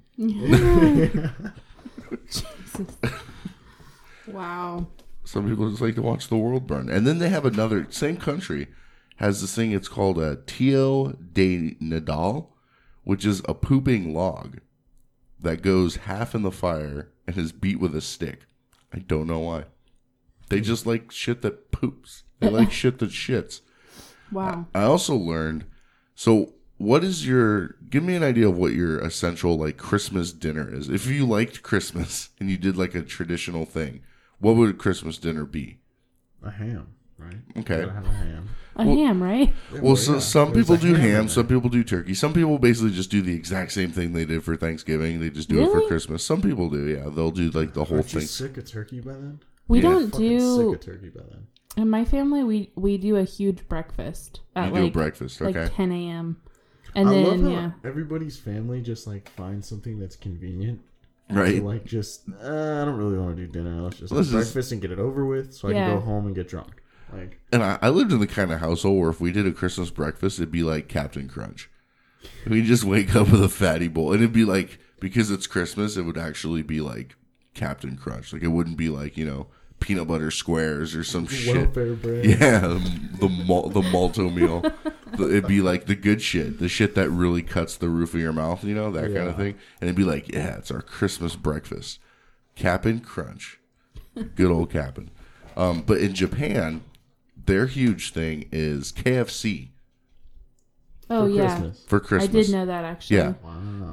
[SPEAKER 5] Wow.
[SPEAKER 4] Some people just like to watch the world burn. And then they have another same country has this thing. It's called a Tio de Nadal, which is a pooping log that goes half in the fire and is beat with a stick. I don't know why. They just like shit that poops. They like shit that shits.
[SPEAKER 5] Wow.
[SPEAKER 4] I also learned. So, what is your? Give me an idea of what your essential like Christmas dinner is. If you liked Christmas and you did like a traditional thing, what would a Christmas dinner be?
[SPEAKER 6] a ham, right?
[SPEAKER 4] Okay.
[SPEAKER 6] You gotta have a ham.
[SPEAKER 5] A
[SPEAKER 4] Well-
[SPEAKER 5] ham, right?
[SPEAKER 6] Yeah,
[SPEAKER 4] well, so,
[SPEAKER 6] yeah,
[SPEAKER 4] some
[SPEAKER 6] there's
[SPEAKER 4] people
[SPEAKER 6] a
[SPEAKER 4] do
[SPEAKER 6] in
[SPEAKER 4] ham,
[SPEAKER 6] there.
[SPEAKER 4] some people do turkey, some people basically just do the exact same thing they did for Thanksgiving. They just do it for
[SPEAKER 5] Really?
[SPEAKER 4] Christmas. Some people do, yeah. They'll do like the whole
[SPEAKER 6] Aren't you
[SPEAKER 4] thing.
[SPEAKER 6] sick of turkey by then?
[SPEAKER 5] We
[SPEAKER 4] Yeah.
[SPEAKER 5] don't
[SPEAKER 6] Fucking sick
[SPEAKER 5] do
[SPEAKER 6] of turkey by then.
[SPEAKER 5] in my family we we do a huge breakfast at
[SPEAKER 4] You do a
[SPEAKER 5] like
[SPEAKER 4] breakfast, okay.
[SPEAKER 5] like ten AM. And
[SPEAKER 6] I love
[SPEAKER 5] then
[SPEAKER 6] how
[SPEAKER 5] yeah.
[SPEAKER 6] everybody's family just like finds something that's convenient.
[SPEAKER 4] Right.
[SPEAKER 6] Like just uh, I don't really want to do dinner. Let's just have
[SPEAKER 4] Let's just-
[SPEAKER 6] breakfast and get it over with, so I
[SPEAKER 5] Yeah.
[SPEAKER 6] can go home and get drunk. Like
[SPEAKER 4] And I, I lived in the kind of household where if we did a Christmas breakfast, it'd be like Captain Crunch. We'd just wake up with a fatty bowl. And it'd be like, because it's Christmas, it would actually be like Captain Crunch. Like, it wouldn't be like, you know, peanut butter squares or some shit.
[SPEAKER 6] welfare bread.
[SPEAKER 4] Yeah, the mal- the malto meal. The- It'd be like the good shit, the shit that really cuts the roof of your mouth, you know, that kind
[SPEAKER 6] Yeah.
[SPEAKER 4] of thing. And it'd be like, yeah, it's our Christmas breakfast, Cap'n Crunch, good old Cap'n. Um, but in Japan, their huge thing is KFC
[SPEAKER 5] Oh
[SPEAKER 6] for
[SPEAKER 5] yeah.
[SPEAKER 6] Christmas.
[SPEAKER 4] for Christmas.
[SPEAKER 5] I did know that actually.
[SPEAKER 4] Yeah.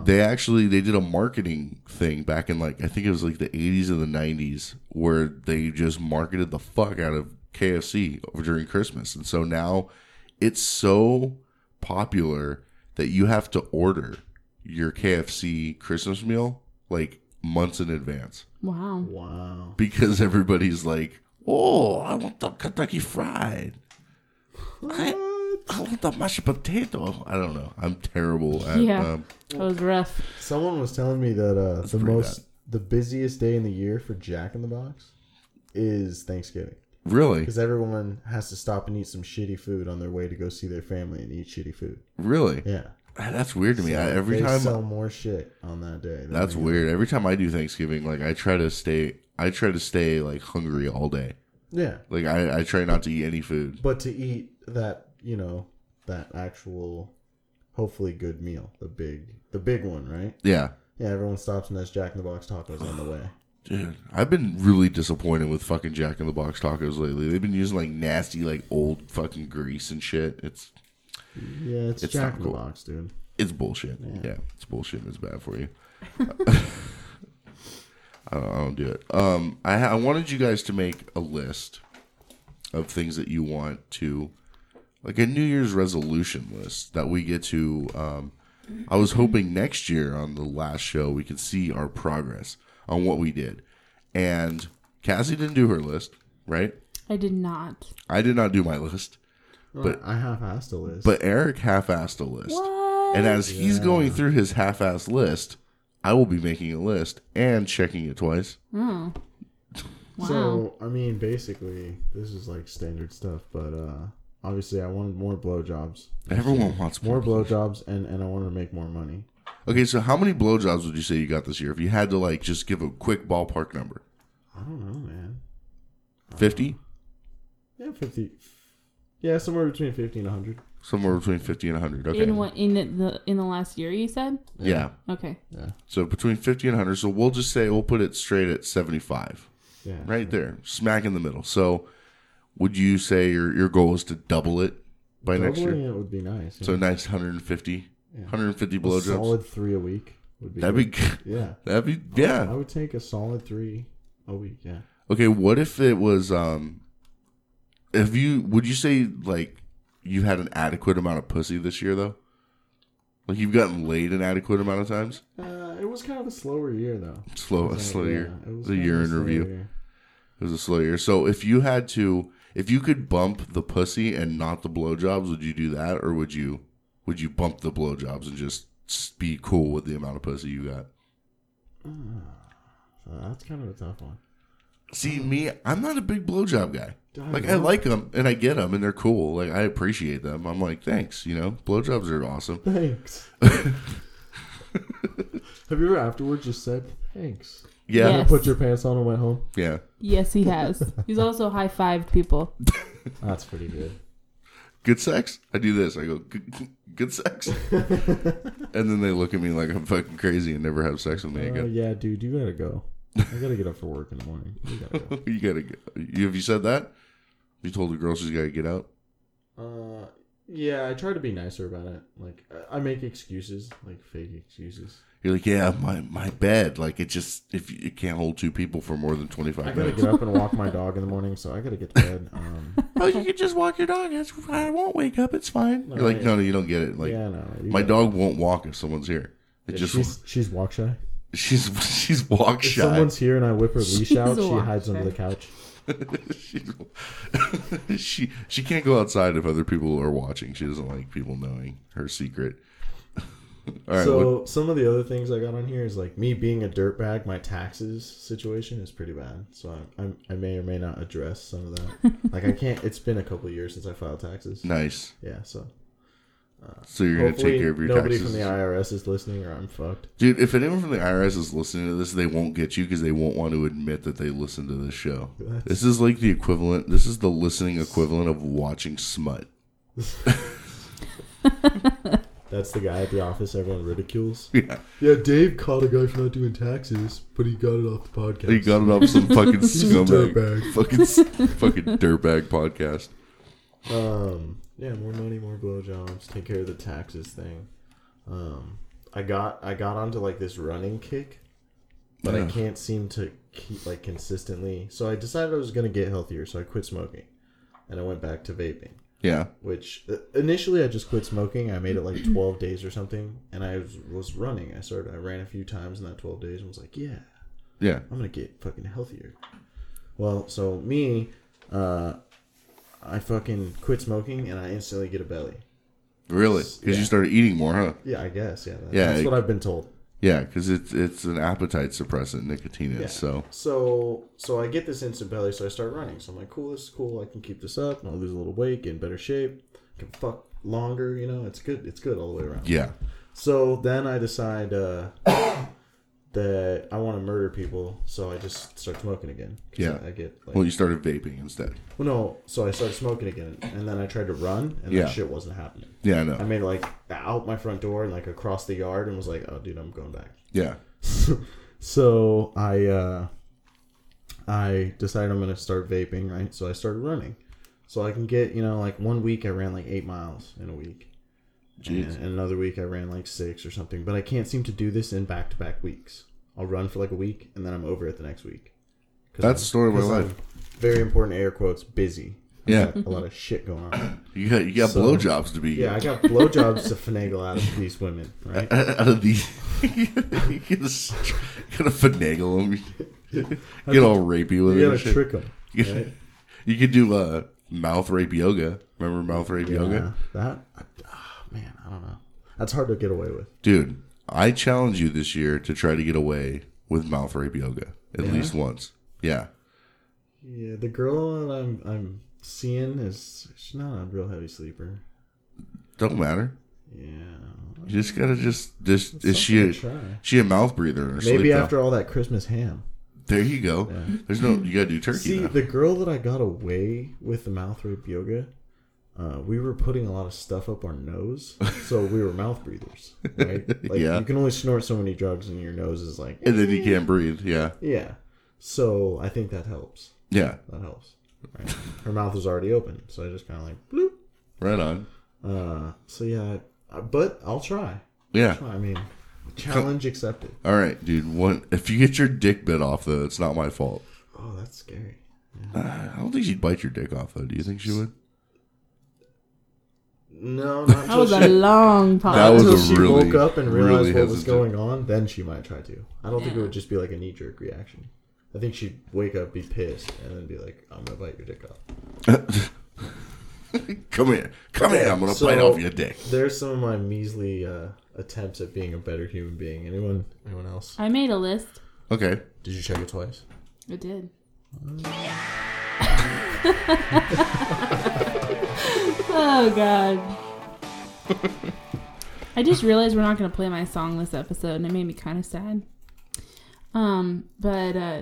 [SPEAKER 4] They actually they did a marketing thing back in like I think it was like the 80s or the 90s where they just marketed the fuck out of KFC over during Christmas. And so now it's so popular that you have to order your KFC Christmas meal like months in advance
[SPEAKER 5] Wow.
[SPEAKER 6] Wow.
[SPEAKER 4] because everybody's like, "Oh, I want the Kentucky Fried. I, I want the mashed potato." I don't know. I'm terrible at.
[SPEAKER 5] yeah.
[SPEAKER 4] Um,
[SPEAKER 5] that was rough.
[SPEAKER 6] Someone was telling me that uh, the
[SPEAKER 4] pretty
[SPEAKER 6] most, the busiest day in the year for Jack in the Box is Thanksgiving.
[SPEAKER 4] really,
[SPEAKER 6] Because everyone has to stop and eat some shitty food on their way to go see their family and eat shitty food.
[SPEAKER 4] really.
[SPEAKER 6] Yeah.
[SPEAKER 4] That's weird to me. I,
[SPEAKER 6] So
[SPEAKER 4] every
[SPEAKER 6] they
[SPEAKER 4] time
[SPEAKER 6] sell more shit on that day. than
[SPEAKER 4] That's
[SPEAKER 6] they-
[SPEAKER 4] weird. Every time I do Thanksgiving, like I try to stay, I try to stay like hungry all day.
[SPEAKER 6] Yeah.
[SPEAKER 4] Like I, I try not to eat any food.
[SPEAKER 6] But to eat that, you know, that actual, hopefully good meal, the big, the big one, right?
[SPEAKER 4] Yeah,
[SPEAKER 6] Yeah. Everyone stops and has Jack in the Box tacos on the way.
[SPEAKER 4] dude, I've been really disappointed with fucking Jack in the Box tacos lately. They've been using like nasty, like old fucking grease and shit. It's
[SPEAKER 6] Yeah, it's,
[SPEAKER 4] It's
[SPEAKER 6] Jack
[SPEAKER 4] not
[SPEAKER 6] in
[SPEAKER 4] cool.
[SPEAKER 6] the Box, dude.
[SPEAKER 4] it's bullshit. Yeah, it's bullshit. and It's bad for you. I, don't, I don't do it. Um, I ha- I wanted you guys to make a list of things that you want to, like a New Year's resolution list that we get to. Um, I was hoping next year on the last show we could see our progress on what we did, and Cassie didn't do her list, right?
[SPEAKER 5] I did not.
[SPEAKER 4] I did not do my list, but
[SPEAKER 6] But I have asked a list.
[SPEAKER 4] but Eric half-assed a list. And as he's going through his half-assed list, I will be making a list and checking it twice.
[SPEAKER 5] Oh. Wow.
[SPEAKER 6] So I mean, basically, this is like standard stuff. But uh obviously, I wanted more blowjobs.
[SPEAKER 4] Everyone wants
[SPEAKER 6] more blowjobs, and and I wanted to make more money.
[SPEAKER 4] Okay, so how many blowjobs would you say you got this year? If you had to like just give a quick ballpark number,
[SPEAKER 6] I don't know, man.
[SPEAKER 4] fifty,
[SPEAKER 6] Yeah, fifty. Yeah, somewhere between fifty and hundred.
[SPEAKER 4] somewhere between fifty and hundred. Okay,
[SPEAKER 5] In what in the in the last year you said?
[SPEAKER 4] yeah.
[SPEAKER 5] Okay.
[SPEAKER 6] Yeah.
[SPEAKER 4] So between fifty and hundred. So we'll just say we'll put it straight at seventy-five.
[SPEAKER 6] Yeah.
[SPEAKER 4] right there, smack in the middle. So would you say your your goal is to double it by next year?
[SPEAKER 6] Doubling it would be nice.
[SPEAKER 4] So
[SPEAKER 6] yeah.
[SPEAKER 4] nice 150,
[SPEAKER 6] Yeah.
[SPEAKER 4] 150
[SPEAKER 6] A
[SPEAKER 4] blowjobs.
[SPEAKER 6] Solid three a week would be.
[SPEAKER 4] That'd be
[SPEAKER 6] good.
[SPEAKER 4] good.
[SPEAKER 6] Yeah.
[SPEAKER 4] That'd be
[SPEAKER 6] I would,
[SPEAKER 4] yeah.
[SPEAKER 6] take a solid three a week. Yeah.
[SPEAKER 4] Okay, what if it was um if you would you say like you had an adequate amount of pussy this year though? Like you've gotten laid an adequate amount of times?
[SPEAKER 6] Uh, it was kind of a slower year though.
[SPEAKER 4] Slow
[SPEAKER 6] So,
[SPEAKER 4] slow
[SPEAKER 6] yeah,
[SPEAKER 4] year.
[SPEAKER 6] it was
[SPEAKER 4] The
[SPEAKER 6] kind of
[SPEAKER 4] year
[SPEAKER 6] a
[SPEAKER 4] in
[SPEAKER 6] slow
[SPEAKER 4] review.
[SPEAKER 6] year.
[SPEAKER 4] It was a slow year. So if you had to if you could bump the pussy and not the blowjobs, would you do that or would you would you bump the blowjobs and just be cool with the amount of pussy you got?
[SPEAKER 6] Ah, So that's kind of a tough one.
[SPEAKER 4] See me, I'm not a big blowjob guy.
[SPEAKER 6] I
[SPEAKER 4] Like I
[SPEAKER 6] know.
[SPEAKER 4] like them and I get them and they're cool. Like I appreciate them. I'm like thanks, you know. Blowjobs are awesome.
[SPEAKER 6] Thanks. Have you ever afterwards just said thanks?
[SPEAKER 4] Yeah.
[SPEAKER 6] And then
[SPEAKER 5] Yes.
[SPEAKER 6] Put your pants on and went home.
[SPEAKER 4] Yeah,
[SPEAKER 5] Yes, he has. He's also high fived people.
[SPEAKER 6] That's pretty good.
[SPEAKER 4] good sex. I do this. I go good, good sex, and then they look at me like I'm fucking crazy and never have sex with me
[SPEAKER 6] Oh
[SPEAKER 4] again.
[SPEAKER 6] yeah, dude, you gotta go. I gotta get up for work in the morning. You gotta go.
[SPEAKER 4] you gotta. Go. You, have you said that? Have you told the girl she's gotta get out?
[SPEAKER 6] Uh, yeah, I try to be nicer about it. Like I- I make excuses, like fake excuses.
[SPEAKER 4] You're like, yeah, my my bed. Like it just if you, it can't hold two people for more than 25
[SPEAKER 6] I gotta
[SPEAKER 4] minutes.
[SPEAKER 6] get up and walk my dog in the morning, so I gotta get to bed. Um,
[SPEAKER 4] oh, you can just walk your dog. It's, I won't wake up. It's fine. You're like,
[SPEAKER 6] Right.
[SPEAKER 4] no, no, you don't get it. Like,
[SPEAKER 6] Yeah, no, you
[SPEAKER 4] my
[SPEAKER 6] don't.
[SPEAKER 4] dog won't walk if someone's here. It
[SPEAKER 6] yeah,
[SPEAKER 4] just
[SPEAKER 6] she's she's walk shy.
[SPEAKER 4] she's she's walk
[SPEAKER 6] If
[SPEAKER 4] shy.
[SPEAKER 6] someone's here and I whip her leash
[SPEAKER 5] She's
[SPEAKER 6] out, she
[SPEAKER 5] walk
[SPEAKER 6] hides under
[SPEAKER 5] shy.
[SPEAKER 6] the couch.
[SPEAKER 4] She's- she she can't go outside if other people are watching. She doesn't like people knowing her secret. All right,
[SPEAKER 6] so
[SPEAKER 4] what-
[SPEAKER 6] some of the other things I got on here is like me being a dirtbag. My taxes situation is pretty bad, so I, I'm, I may or may not address some of that. like I can't. It's been a couple of years since I filed taxes.
[SPEAKER 4] nice.
[SPEAKER 6] Yeah, so
[SPEAKER 4] So you're gonna
[SPEAKER 6] hopefully
[SPEAKER 4] take care of your
[SPEAKER 6] nobody
[SPEAKER 4] taxes,
[SPEAKER 6] from the IRS is listening, or I'm fucked.
[SPEAKER 4] dude. If anyone from the IRS is listening to this, they won't get you because they won't want to admit that they listened to this show.
[SPEAKER 6] That's-
[SPEAKER 4] This is like the equivalent. This is the listening equivalent of watching smut.
[SPEAKER 6] That's the guy at the office everyone ridicules.
[SPEAKER 4] Yeah,
[SPEAKER 6] Yeah, Dave caught a guy for not doing taxes, but he got it off the podcast.
[SPEAKER 4] he got it off some fucking
[SPEAKER 6] He's a
[SPEAKER 4] scumbag,
[SPEAKER 6] dirtbag.
[SPEAKER 4] fucking s- fucking dirtbag podcast.
[SPEAKER 6] Um, yeah, more money, more blowjobs. Take care of the taxes thing. Um, I got I got onto like this running kick, but I
[SPEAKER 4] Yeah.
[SPEAKER 6] can't seem to keep like consistently. So I decided I was gonna get healthier, so I quit smoking, and I went back to vaping.
[SPEAKER 4] Yeah.
[SPEAKER 6] Which uh, initially I just quit smoking. I made it like 12 days or something, and I was, was running. I started. I ran a few times in that 12 days, and was like, yeah,
[SPEAKER 4] Yeah.
[SPEAKER 6] I'm gonna get fucking healthier. Well, so me, uh, I fucking quit smoking, and I instantly get a belly.
[SPEAKER 4] Really? Because you started eating more, huh?
[SPEAKER 6] Yeah, I guess. Yeah, that- that's what I've been told.
[SPEAKER 4] Yeah, because it's it's an appetite suppressant, nicotine is. So
[SPEAKER 6] So so I get this instant belly, so I start running. So I'm like, cool, this is cool. I can keep this up, and I'll lose a little weight, get in better shape, can fuck longer. You know, it's good. It's good all the way around.
[SPEAKER 4] Yeah.
[SPEAKER 6] So then I decide uh, that I want to murder people, so I just start smoking again. 'Cause
[SPEAKER 4] yeah,
[SPEAKER 6] I, I get like,
[SPEAKER 4] well, you started vaping instead.
[SPEAKER 6] well, no, so I started smoking again, and then I tried to run, and
[SPEAKER 4] Yeah.
[SPEAKER 6] that shit wasn't happening.
[SPEAKER 4] Yeah, I know.
[SPEAKER 6] I made like out my front door and like across the yard, and was like, "Oh, dude, I'm going back."
[SPEAKER 4] Yeah.
[SPEAKER 6] so I, uh, I decided I'm gonna start vaping, right? So I started running, so I can get you know like one week I ran like eight miles in a week,
[SPEAKER 4] Jeez.
[SPEAKER 6] And, and another week I ran like six or something. But I can't seem to do this in back to back weeks. I'll run for like a week, and then I'm over it the next week. 'Cause
[SPEAKER 4] That's
[SPEAKER 6] I'm-
[SPEAKER 4] the story of my
[SPEAKER 6] 'cause I'm
[SPEAKER 4] life.
[SPEAKER 6] Very important air quotes. Busy. I
[SPEAKER 4] Yeah.
[SPEAKER 6] got a lot of shit going on.
[SPEAKER 4] You got- you got blowjobs to be
[SPEAKER 6] Yeah, I got
[SPEAKER 4] getting.
[SPEAKER 6] blowjobs to finagle out of these women, right?
[SPEAKER 4] Out of these, you gotta str- you gotta finagle them. Get all rapey with
[SPEAKER 6] You
[SPEAKER 4] it.
[SPEAKER 6] gotta
[SPEAKER 4] and shit.
[SPEAKER 6] trick 'em,
[SPEAKER 4] You gotta-
[SPEAKER 6] right?
[SPEAKER 4] You could do uh, mouth rape yoga. Remember mouth rape yoga?
[SPEAKER 6] That I, ah, man, I don't know. That's hard to get away with.
[SPEAKER 4] Dude, I challenge you this year to try to get away with mouth rape yoga at
[SPEAKER 6] Yeah?
[SPEAKER 4] least once. Yeah.
[SPEAKER 6] Yeah, the girl that I'm I'm seeing is she's not a real heavy sleeper.
[SPEAKER 4] Don't matter.
[SPEAKER 6] Yeah.
[SPEAKER 4] You just gotta just just
[SPEAKER 6] That's
[SPEAKER 4] is she a,
[SPEAKER 6] something to try.
[SPEAKER 4] she a mouth breather in her
[SPEAKER 6] Maybe
[SPEAKER 4] sleep now?
[SPEAKER 6] after all that Christmas ham.
[SPEAKER 4] There you go. There's no you gotta do turkey
[SPEAKER 6] See,
[SPEAKER 4] now.
[SPEAKER 6] the girl that I got away with the mouth rape yoga, uh, we were putting a lot of stuff up our nose, so we were mouth breathers, right? Like
[SPEAKER 4] Yeah.
[SPEAKER 6] you can only snort so many drugs, and your nose is like,
[SPEAKER 4] And then you can't breathe, yeah.
[SPEAKER 6] yeah. So I think that helps.
[SPEAKER 4] Yeah.
[SPEAKER 6] that helps. Right? Her mouth was already open, so I just kind of like bloop.
[SPEAKER 4] Right on.
[SPEAKER 6] Uh, so yeah, I- but I'll try.
[SPEAKER 4] Yeah.
[SPEAKER 6] I'll try. I mean, challenge accepted.
[SPEAKER 4] All right, dude. One if you get your dick bit off though, it's not my fault.
[SPEAKER 6] Oh, that's scary.
[SPEAKER 4] Uh, I don't think she'd bite your dick off though. Do you think she would?
[SPEAKER 6] No, not
[SPEAKER 5] That was a long pause.
[SPEAKER 4] That was
[SPEAKER 6] until
[SPEAKER 4] a
[SPEAKER 6] she
[SPEAKER 4] really-
[SPEAKER 6] woke up and realized
[SPEAKER 4] really
[SPEAKER 6] what was
[SPEAKER 4] hesitant.
[SPEAKER 6] going on. Then she might try to. I don't think it
[SPEAKER 5] Yeah.
[SPEAKER 6] would just be like a knee jerk reaction. I think she'd wake up, be pissed, and then be like, "I'm gonna bite your dick off."
[SPEAKER 4] Come here. Come here, I'm gonna
[SPEAKER 6] So,
[SPEAKER 4] bite off your dick.
[SPEAKER 6] There's some of my measly uh, attempts at being a better human being. Anyone? Anyone else?
[SPEAKER 5] I made a list.
[SPEAKER 4] Okay.
[SPEAKER 6] Did you check it twice?
[SPEAKER 5] It did. oh god. I just realized we're not going to play my song this episode, and it made me kind of sad. Um, but uh,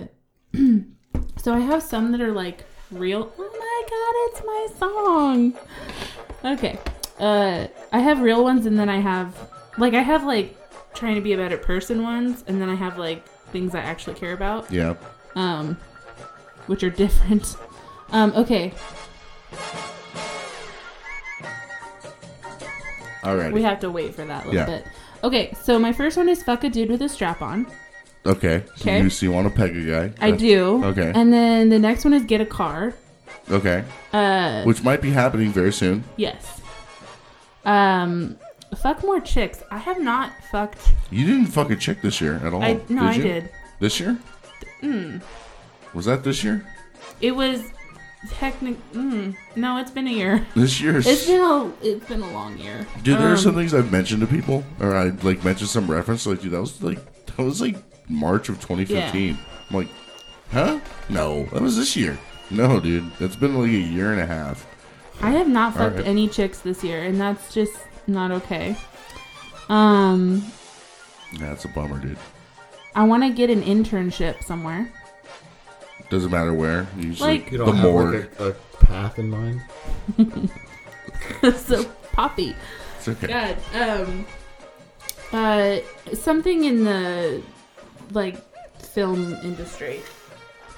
[SPEAKER 5] so I have some that are like real. Oh my god, it's my song. Okay, uh, I have real ones, and then I have like I have like trying to be a better person ones, and then I have like things I actually care about.
[SPEAKER 4] Yeah.
[SPEAKER 5] Um, which are different. Um, okay,
[SPEAKER 4] All right.
[SPEAKER 5] We have to wait for that a little
[SPEAKER 4] Yeah.
[SPEAKER 5] bit. Okay, so my first one is fuck a dude with a strap on.
[SPEAKER 4] Okay. So
[SPEAKER 5] Okay.
[SPEAKER 4] you see you want to peg a guy.
[SPEAKER 5] I do.
[SPEAKER 4] Okay.
[SPEAKER 5] And then the next one is get a car.
[SPEAKER 4] okay.
[SPEAKER 5] Uh,
[SPEAKER 4] Which might be happening very soon.
[SPEAKER 5] yes. Um, fuck more chicks. I have not fucked.
[SPEAKER 4] You didn't fucking check this year at all.
[SPEAKER 5] I- no, I
[SPEAKER 4] Oh, you?
[SPEAKER 5] did.
[SPEAKER 4] This year?
[SPEAKER 5] Mm,
[SPEAKER 4] Was that this year?
[SPEAKER 5] it was technic. Mm, no, it's been a year.
[SPEAKER 4] This year's-
[SPEAKER 5] It's been a. It's been a long year.
[SPEAKER 4] Dude, there are
[SPEAKER 5] Um,
[SPEAKER 4] some things I've mentioned to people, or I like mentioned some reference. Like, dude, that was like that was like March of 2015. I'm like, huh? No, that was this year. No, dude, that's been like a year and a half.
[SPEAKER 5] I have not
[SPEAKER 4] All
[SPEAKER 5] fucked
[SPEAKER 4] right.
[SPEAKER 5] any chicks this year, and that's just not okay. Um,
[SPEAKER 4] Yeah, that's a bummer, dude.
[SPEAKER 5] I want to get an internship somewhere.
[SPEAKER 4] Doesn't matter where. Usually,
[SPEAKER 5] Like-
[SPEAKER 6] You
[SPEAKER 4] the
[SPEAKER 6] don't have
[SPEAKER 4] morgue.
[SPEAKER 6] like a, a path in mind.
[SPEAKER 5] so poppy.
[SPEAKER 4] It's okay.
[SPEAKER 5] God. Um. Uh, something in the like film industry,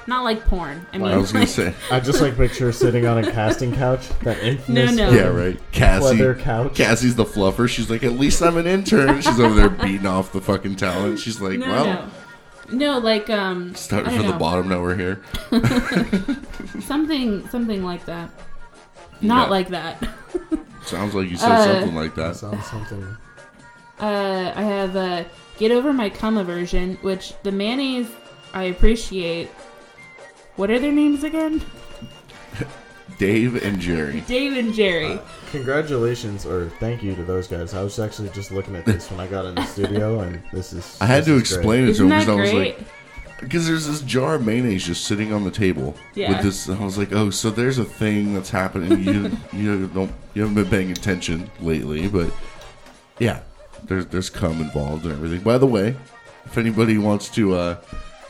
[SPEAKER 5] not like porn. I mean, like-
[SPEAKER 6] I just like picture sitting on a casting couch. That infamous
[SPEAKER 5] no.
[SPEAKER 4] Yeah, right. Cassie.
[SPEAKER 6] Um, leather couch.
[SPEAKER 4] Cassie's the fluffer. She's like, at least I'm an intern. She's over there beating off the fucking talent. She's like,
[SPEAKER 5] no,
[SPEAKER 4] well,
[SPEAKER 5] no, no, like um,
[SPEAKER 4] starting
[SPEAKER 5] I
[SPEAKER 4] from
[SPEAKER 5] don't
[SPEAKER 4] the
[SPEAKER 5] know.
[SPEAKER 4] bottom. Now we're here.
[SPEAKER 5] something, something like that. Not
[SPEAKER 4] Yeah.
[SPEAKER 5] like that.
[SPEAKER 4] Sounds like you said
[SPEAKER 5] Uh,
[SPEAKER 4] something like that.
[SPEAKER 6] Sounds something.
[SPEAKER 5] Uh, I have uh, Get Over My Cum Aversion, which the mayonnaise I appreciate. What are their names again?
[SPEAKER 4] Dave and Jerry.
[SPEAKER 5] Dave and Jerry.
[SPEAKER 4] Uh,
[SPEAKER 6] Congratulations or thank you to those guys. I was actually just looking at this when I got in the studio, and this is.
[SPEAKER 4] I had
[SPEAKER 6] this
[SPEAKER 4] to
[SPEAKER 6] is great.
[SPEAKER 4] explain it to
[SPEAKER 5] Isn't
[SPEAKER 4] him because
[SPEAKER 5] that
[SPEAKER 4] I was
[SPEAKER 5] great?
[SPEAKER 4] like, because there's this jar of mayonnaise just sitting on the table
[SPEAKER 5] Yeah.
[SPEAKER 4] with this. And I was like, oh, so there's a thing that's happening. You you don't you haven't been paying attention lately, but yeah, there's there's cum involved and everything. By the way, if anybody wants to uh,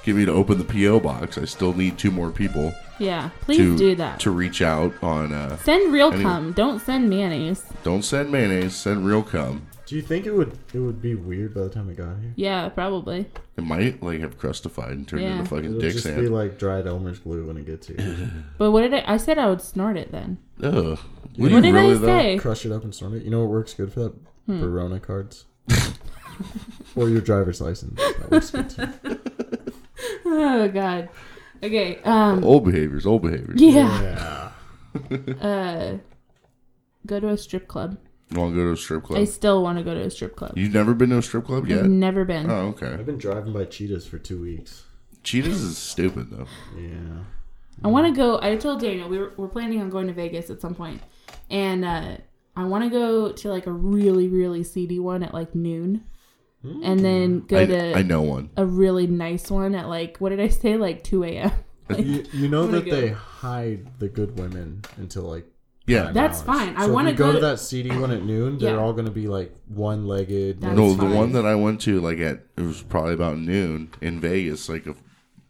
[SPEAKER 4] give me to open the PO box, I still need two more people.
[SPEAKER 5] Yeah, please
[SPEAKER 4] to,
[SPEAKER 5] do that.
[SPEAKER 4] to reach out on. Uh,
[SPEAKER 5] Send real
[SPEAKER 4] any-
[SPEAKER 5] cum. Don't send mayonnaise.
[SPEAKER 4] Don't send mayonnaise. Send real cum.
[SPEAKER 6] Do you think it would it would be weird by the time we got here?
[SPEAKER 5] Yeah, probably.
[SPEAKER 4] It might like have crustified and turned
[SPEAKER 5] Yeah.
[SPEAKER 4] into fucking
[SPEAKER 6] It'll
[SPEAKER 4] dick
[SPEAKER 6] just
[SPEAKER 4] sand.
[SPEAKER 6] be like dried Elmer's glue when it gets here.
[SPEAKER 5] But what did I? I said I would snort it then.
[SPEAKER 4] Ugh.
[SPEAKER 5] Would What you did I really, though? say?
[SPEAKER 6] Crush it up and snort it. You know what works good for that?
[SPEAKER 5] Hmm.
[SPEAKER 6] Verona cards. or your driver's license. That works good too.
[SPEAKER 5] Oh God. Okay. Um.
[SPEAKER 4] old behaviors, old behaviors.
[SPEAKER 5] Yeah. uh. Go to a strip club.
[SPEAKER 4] You want to go to a strip club?
[SPEAKER 5] I still want to go to a strip club.
[SPEAKER 4] You've never been to a strip club
[SPEAKER 5] I've
[SPEAKER 4] yet?
[SPEAKER 5] never been.
[SPEAKER 4] Oh, okay.
[SPEAKER 6] I've been driving by cheetahs for two weeks.
[SPEAKER 4] Cheetahs is stupid though.
[SPEAKER 6] Yeah.
[SPEAKER 5] I want to go. I told Daniel we were, we're planning on going to Vegas at some point, and uh, I want to go to like a really really seedy one at like noon, and then go
[SPEAKER 4] I-
[SPEAKER 5] to
[SPEAKER 4] I know one.
[SPEAKER 5] a really nice one at like what did I say like two a.m. Like,
[SPEAKER 6] You, you know
[SPEAKER 5] I'm gonna
[SPEAKER 6] that they hide the good women until like
[SPEAKER 4] Yeah.
[SPEAKER 6] nine
[SPEAKER 5] That's
[SPEAKER 6] hours.
[SPEAKER 5] fine. I
[SPEAKER 6] So if
[SPEAKER 5] wanna
[SPEAKER 6] you go,
[SPEAKER 5] go
[SPEAKER 6] to
[SPEAKER 5] to-
[SPEAKER 6] that CD one at noon. They're
[SPEAKER 5] Yeah.
[SPEAKER 6] all going to be like one legged.
[SPEAKER 5] That's
[SPEAKER 4] no,
[SPEAKER 5] fine.
[SPEAKER 4] the one that I went to like at it was probably about noon in Vegas, like a,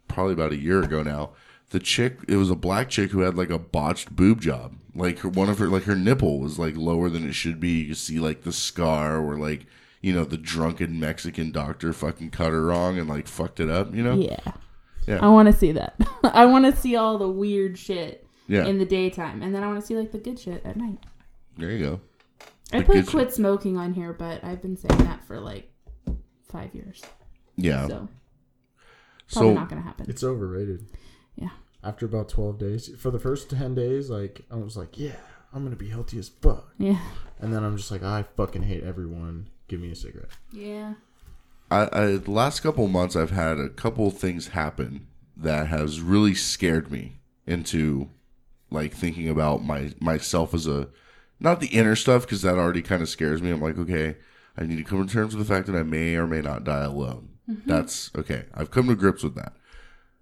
[SPEAKER 4] probably about a year ago now. The chick, it was a black chick who had like a botched boob job. Like her, one of her, like her nipple was like lower than it should be. You could see like the scar where like you know the drunken Mexican doctor fucking cut her wrong and like fucked it up. You know?
[SPEAKER 5] Yeah.
[SPEAKER 4] Yeah.
[SPEAKER 5] I want to see that. I want to see all the weird shit
[SPEAKER 4] Yeah.
[SPEAKER 5] in the daytime, and then I want to see like the good shit at night.
[SPEAKER 4] There you go.
[SPEAKER 5] I
[SPEAKER 4] The
[SPEAKER 5] put
[SPEAKER 4] good shit.
[SPEAKER 5] quit smoking on here, but I've been saying that for like five years.
[SPEAKER 4] Yeah.
[SPEAKER 5] So probably
[SPEAKER 4] Oh. So-
[SPEAKER 5] not gonna happen.
[SPEAKER 6] It's overrated.
[SPEAKER 5] Yeah.
[SPEAKER 6] After about twelve days, for the first ten days, like I was like, yeah, I'm gonna be healthy as fuck.
[SPEAKER 5] Yeah.
[SPEAKER 6] And then I'm just like, I fucking hate everyone. Give me a cigarette.
[SPEAKER 5] Yeah.
[SPEAKER 4] I, I the last couple of months I've had a couple things happen that has really scared me into like thinking about my myself as a not the inner stuff because that already kind of scares me. I'm like, okay, I need to come to terms with the fact that I may or may not die alone.
[SPEAKER 12] Mhm.
[SPEAKER 4] That's okay. I've come to grips with that.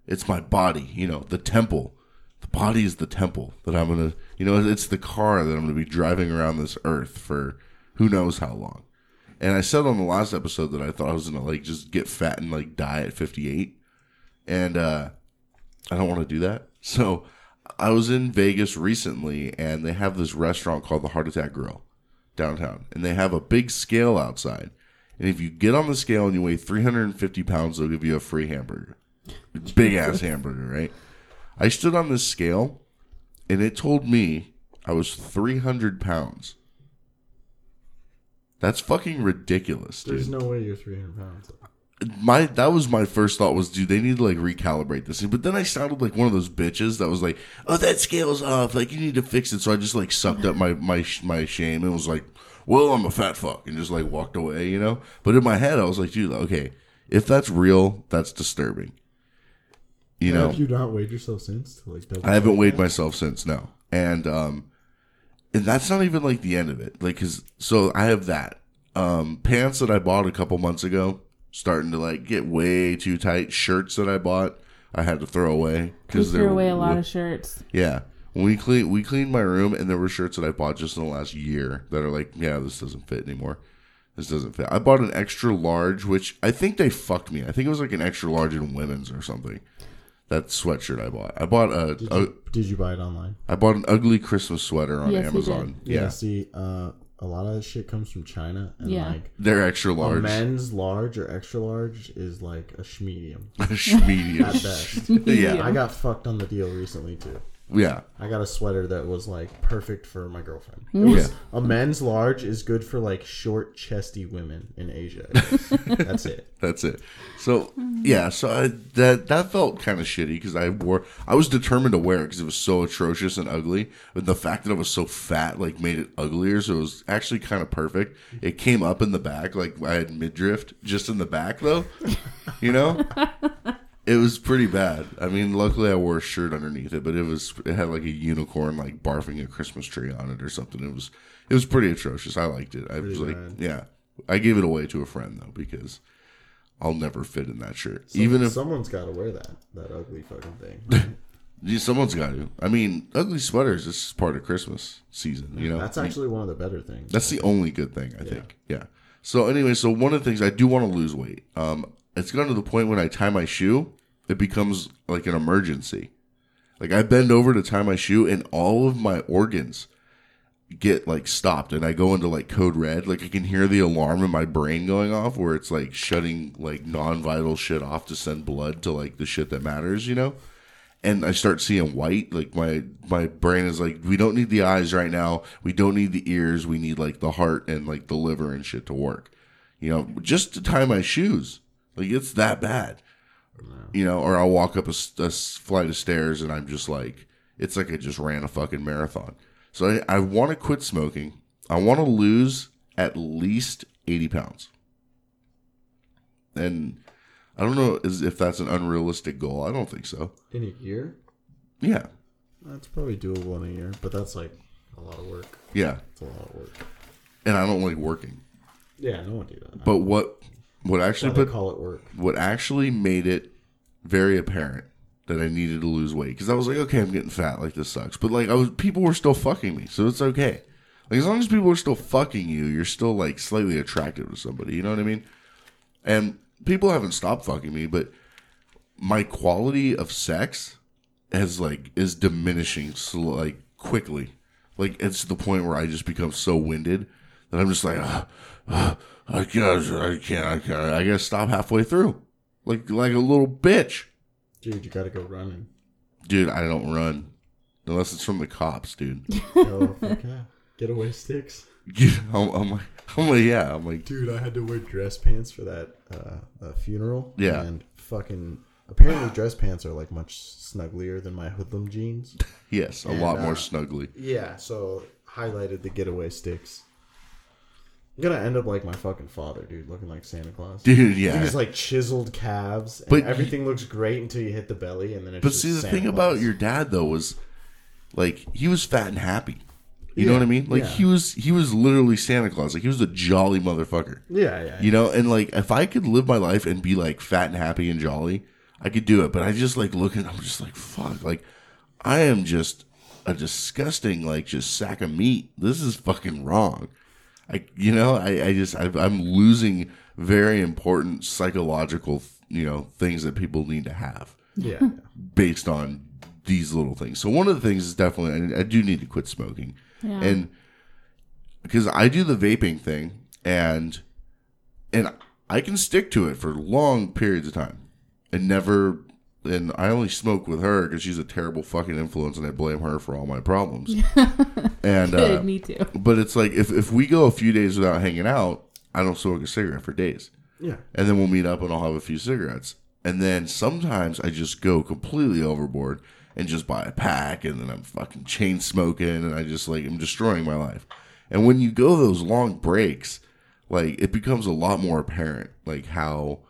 [SPEAKER 4] It's my body, you know, the temple. The body is the temple that I'm gonna, you know, it's the car that I'm gonna be driving around this earth for who knows how long. And I said on the last episode that I thought I was gonna like just get fat and like die at 58, and uh, I don't want to do that. So I was in Vegas recently, and they have this restaurant called the Heart Attack Grill downtown, and they have a big scale outside. And if you get on the scale and you weigh 350 pounds, they'll give you a free hamburger, big ass hamburger, right? I stood on this scale, and it told me I was 300 pounds. That's fucking ridiculous, dude
[SPEAKER 6] There's no way you're 300 pounds.
[SPEAKER 4] my that was my first thought was, dude, they need to like recalibrate this. But then I sounded like one of those bitches that was like, oh, that scale's off. Like you need to fix it. So I just like sucked up my my sh- my shame and was like, well, I'm a fat fuck, and just like walked away, you know. But in my head, I was like, dude, okay, if that's real, that's disturbing. You know,
[SPEAKER 6] have you not weighed yourself since? To like double
[SPEAKER 4] I haven't
[SPEAKER 6] check
[SPEAKER 4] weighed
[SPEAKER 6] that?
[SPEAKER 4] myself since no, and um, and that's not even like the end of it. Like, cause so I have that um pants that I bought a couple months ago, starting to like get way too tight. Shirts that I bought, I had to throw away
[SPEAKER 5] We
[SPEAKER 4] because
[SPEAKER 5] threw away a lot of shirts.
[SPEAKER 4] Yeah, When we clean we cleaned my room, and there were shirts that I bought just in the last year that are like, yeah, this doesn't fit anymore. This doesn't fit. I bought an extra large, which I think they fucked me. I think it was like an extra large in women's or something. That sweatshirt I bought. I bought a,
[SPEAKER 6] Did
[SPEAKER 4] a
[SPEAKER 6] you, did you buy it online?
[SPEAKER 4] I bought an ugly Christmas sweater on
[SPEAKER 5] Yes, you
[SPEAKER 4] Amazon.
[SPEAKER 6] Yeah.
[SPEAKER 4] Yeah.
[SPEAKER 6] see, uh, a lot of that shit comes from China, and
[SPEAKER 5] Yeah.
[SPEAKER 6] like
[SPEAKER 4] They're extra large.
[SPEAKER 6] A men's large or extra large is like a schmedium.
[SPEAKER 4] Schmedium.
[SPEAKER 6] At best.
[SPEAKER 4] Schmedium.
[SPEAKER 6] I got fucked on the deal recently too.
[SPEAKER 4] Yeah.
[SPEAKER 6] I got a sweater that was like perfect for my girlfriend. It
[SPEAKER 4] Mm.
[SPEAKER 6] was
[SPEAKER 4] Yeah.
[SPEAKER 6] a men's large is good for like short, chesty women in Asia. I guess. That's it.
[SPEAKER 4] That's it. So yeah, so I, that that felt kind of shitty because I wore. I was determined to wear it because it was so atrocious and ugly. But the fact that it was so fat like made it uglier. So it was actually kind of perfect. It came up in the back, like I had midriff just in the back though. You know, it was pretty bad. I mean, luckily I wore a shirt underneath it, but it was it had like a unicorn like barfing a Christmas tree on it or something. It was it was pretty atrocious. I liked it. I was
[SPEAKER 6] Pretty
[SPEAKER 4] like,
[SPEAKER 6] bad.
[SPEAKER 4] yeah. I gave it away to a friend though because I'll never fit in that shirt.
[SPEAKER 6] Some-
[SPEAKER 4] Even if
[SPEAKER 6] someone's got to wear that that ugly fucking thing.
[SPEAKER 4] Yeah, someone's got to. I mean, ugly sweaters. This is part of Christmas season. You know,
[SPEAKER 6] That's actually one of the better things.
[SPEAKER 4] That's the only good thing I think. Yeah. So anyway, so one of the things I do want to lose weight. Um, it's gotten to the point when I tie my shoe, it becomes like an emergency. Like I bend over to tie my shoe, and all of my organs get like stopped, and I go into like code red. Like I can hear the alarm in my brain going off, where it's like shutting like non-vital shit off to send blood to like the shit that matters. You know and I start seeing white, like my my brain is like, we don't need the eyes right now. We don't need the ears. We need like the heart and like the liver and shit to work. You know, just to tie my shoes. Like it's that bad. You know, or I'll walk up a, s- a s- flight of stairs and I'm just like, it's like I just ran a fucking marathon. So I, I want to quit smoking. I want to lose at least 80 pounds. And I don't know is if that's an unrealistic goal. I don't think so.
[SPEAKER 6] in a year.
[SPEAKER 4] Yeah.
[SPEAKER 6] That's probably doable in a year, but that's like a lot of work.
[SPEAKER 4] Yeah.
[SPEAKER 6] It's a lot of work.
[SPEAKER 4] And I don't like working.
[SPEAKER 6] Yeah, no one do that.
[SPEAKER 4] But what what actually
[SPEAKER 6] Why they
[SPEAKER 4] put
[SPEAKER 6] call it work.
[SPEAKER 4] What actually made it very apparent that I needed to lose weight because I was like, okay, I'm getting fat. Like this sucks. But like I was, people were still fucking me, so it's okay. Like as long as people are still fucking you, you're still like slightly attractive to somebody. You know what I mean? And people haven't stopped fucking me, but my quality of sex has like is diminishing slow, like quickly. Like it's to the point where I just become so winded that I'm just like, "Ah, ah, I can't, I can't, I can't. I gotta stop halfway through, like like a little bitch,
[SPEAKER 6] Dude, you got to go running.
[SPEAKER 4] dude. I don't run unless it's from the cops, dude.
[SPEAKER 6] Go, fuck yeah. Get away Oh, sticks.
[SPEAKER 4] I'm, I'm like, I'm like, yeah, I'm like,
[SPEAKER 6] Dude, I had to wear dress pants for that uh, uh, funeral.
[SPEAKER 4] Yeah.
[SPEAKER 6] And fucking. Apparently, dress pants are like much snugglier than my hoodlum jeans.
[SPEAKER 4] Yes, a
[SPEAKER 6] And,
[SPEAKER 4] lot more
[SPEAKER 6] uh,
[SPEAKER 4] snuggly.
[SPEAKER 6] Yeah, so highlighted the getaway sticks. I'm gonna end up like my fucking father, dude, looking like Santa Claus.
[SPEAKER 4] Dude, yeah.
[SPEAKER 6] He's like chiseled calves, and
[SPEAKER 4] But you-
[SPEAKER 6] everything looks great until you hit the belly, and then it's
[SPEAKER 4] But
[SPEAKER 6] just
[SPEAKER 4] see, the
[SPEAKER 6] Santa
[SPEAKER 4] thing
[SPEAKER 6] Claus.
[SPEAKER 4] about your dad though was, like, he was fat and happy. You know
[SPEAKER 6] Yeah,
[SPEAKER 4] what I mean? Like
[SPEAKER 6] yeah.
[SPEAKER 4] he was, he was literally Santa Claus. Like he was a jolly motherfucker.
[SPEAKER 6] Yeah, yeah,
[SPEAKER 4] You know, and like if I could live my life and be like fat and happy and jolly, I could do it. But I just like looking, I'm just like fuck. Like I am just a disgusting like just sack of meat. This is fucking wrong. I you know I I just I've, I'm losing very important psychological you know things that people need to have
[SPEAKER 6] Yeah.
[SPEAKER 4] based on these little things. So one of the things is definitely I, I do need to quit smoking,
[SPEAKER 6] Yeah.
[SPEAKER 4] and because I do the vaping thing, and and I can stick to it for long periods of time, and never. And I only smoke with her because she's a terrible fucking influence, and I blame her for all my problems. and
[SPEAKER 5] Good,
[SPEAKER 4] uh,
[SPEAKER 5] me too.
[SPEAKER 4] But it's like if if we go a few days without hanging out, I don't smoke a cigarette for days.
[SPEAKER 6] Yeah.
[SPEAKER 4] And then we'll meet up and I'll have a few cigarettes. And then sometimes I just go completely overboard and just buy a pack and then I'm fucking chain smoking and I just like I'm destroying my life. And when you go those long breaks, like it becomes a lot more apparent like how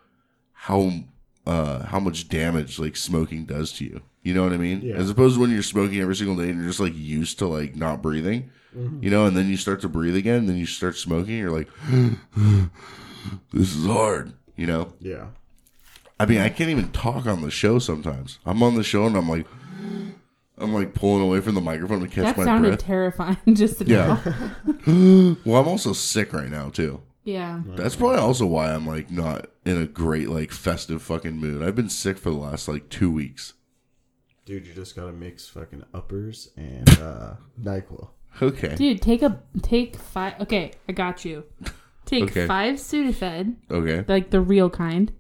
[SPEAKER 4] how uh how much damage like smoking does to you. You know what I mean?
[SPEAKER 6] Yeah.
[SPEAKER 4] As opposed to when you're smoking every single day and you're just like used to like not breathing.
[SPEAKER 6] Mhm.
[SPEAKER 4] You know, and then you start to breathe again, then you start smoking, you're like this is hard, you know?
[SPEAKER 6] Yeah.
[SPEAKER 4] I mean, I can't even talk on the show sometimes. I'm on the show and I'm like I'm like pulling away from the microphone to catch
[SPEAKER 5] That
[SPEAKER 4] my
[SPEAKER 5] sounded
[SPEAKER 4] breath.
[SPEAKER 5] terrifying. Just
[SPEAKER 4] yeah.
[SPEAKER 5] now.
[SPEAKER 4] well, I'm also sick right now too.
[SPEAKER 5] Yeah.
[SPEAKER 4] That's probably also why I'm like not in a great like festive fucking mood. I've been sick for the last like two weeks.
[SPEAKER 6] Dude, you just gotta mix fucking uppers and uh, Nyquil.
[SPEAKER 4] Okay.
[SPEAKER 5] Dude, take a take five. Okay, I got you. Take
[SPEAKER 4] Okay.
[SPEAKER 5] five Sudafed.
[SPEAKER 4] Okay.
[SPEAKER 5] Like the real kind.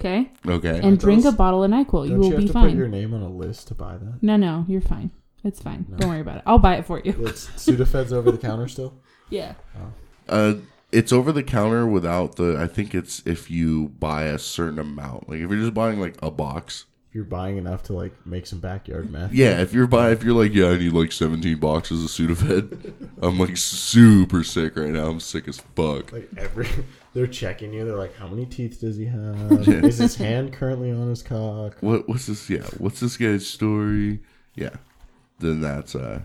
[SPEAKER 5] Okay.
[SPEAKER 4] Okay.
[SPEAKER 5] And drink a bottle of Nyquil.
[SPEAKER 6] Don't
[SPEAKER 5] You will
[SPEAKER 6] have
[SPEAKER 5] be
[SPEAKER 6] to
[SPEAKER 5] fine.
[SPEAKER 6] Put your name on a list to buy that.
[SPEAKER 5] No, no, you're fine. It's fine. Don't worry about it. I'll buy it for you.
[SPEAKER 6] It's Sudafed's over the counter still.
[SPEAKER 5] Yeah.
[SPEAKER 4] Uh, it's over the counter without the. I think it's if you buy a certain amount. Like if you're just buying like a box.
[SPEAKER 6] If you're buying enough to like make some backyard meth.
[SPEAKER 4] Yeah, if you're buy if you're like, yeah, I need like 17 boxes of Sudafed. I'm like super sick right now. I'm sick as fuck.
[SPEAKER 6] Like every, they're checking you. They're like, how many teeth does he have? Is his hand currently on his cock?
[SPEAKER 4] What what's this? Yeah, what's this guy's story? Yeah, then that's uh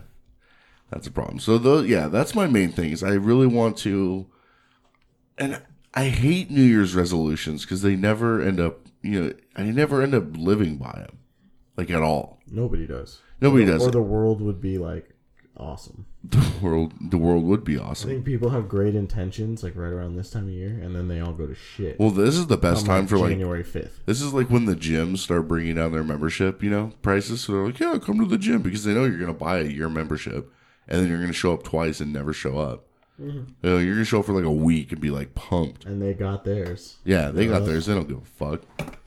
[SPEAKER 4] that's a problem. So though, yeah, that's my main thing is I really want to, and I hate New Year's resolutions because they never end up. You know, I never end up living by them, like at all.
[SPEAKER 6] Nobody does.
[SPEAKER 4] Nobody
[SPEAKER 6] or,
[SPEAKER 4] does.
[SPEAKER 6] Or the world would be like awesome.
[SPEAKER 4] The world, the world would be
[SPEAKER 6] I
[SPEAKER 4] awesome.
[SPEAKER 6] think people have great intentions like right around this time of year, and then they all go to shit.
[SPEAKER 4] Well, this is the best
[SPEAKER 6] Come,
[SPEAKER 4] time for like
[SPEAKER 6] January fifth.
[SPEAKER 4] This is like when the gyms start bringing down their membership, you know, prices. So they're like, yeah, come to the gym because they know you're going to buy a year membership, and then you're going to show up twice and never show up.
[SPEAKER 6] Mhm.
[SPEAKER 4] You know, you're going to show up for like a week and be like pumped.
[SPEAKER 6] And they got theirs.
[SPEAKER 4] Yeah, they got
[SPEAKER 6] Uh,
[SPEAKER 4] theirs. They don't give a fuck,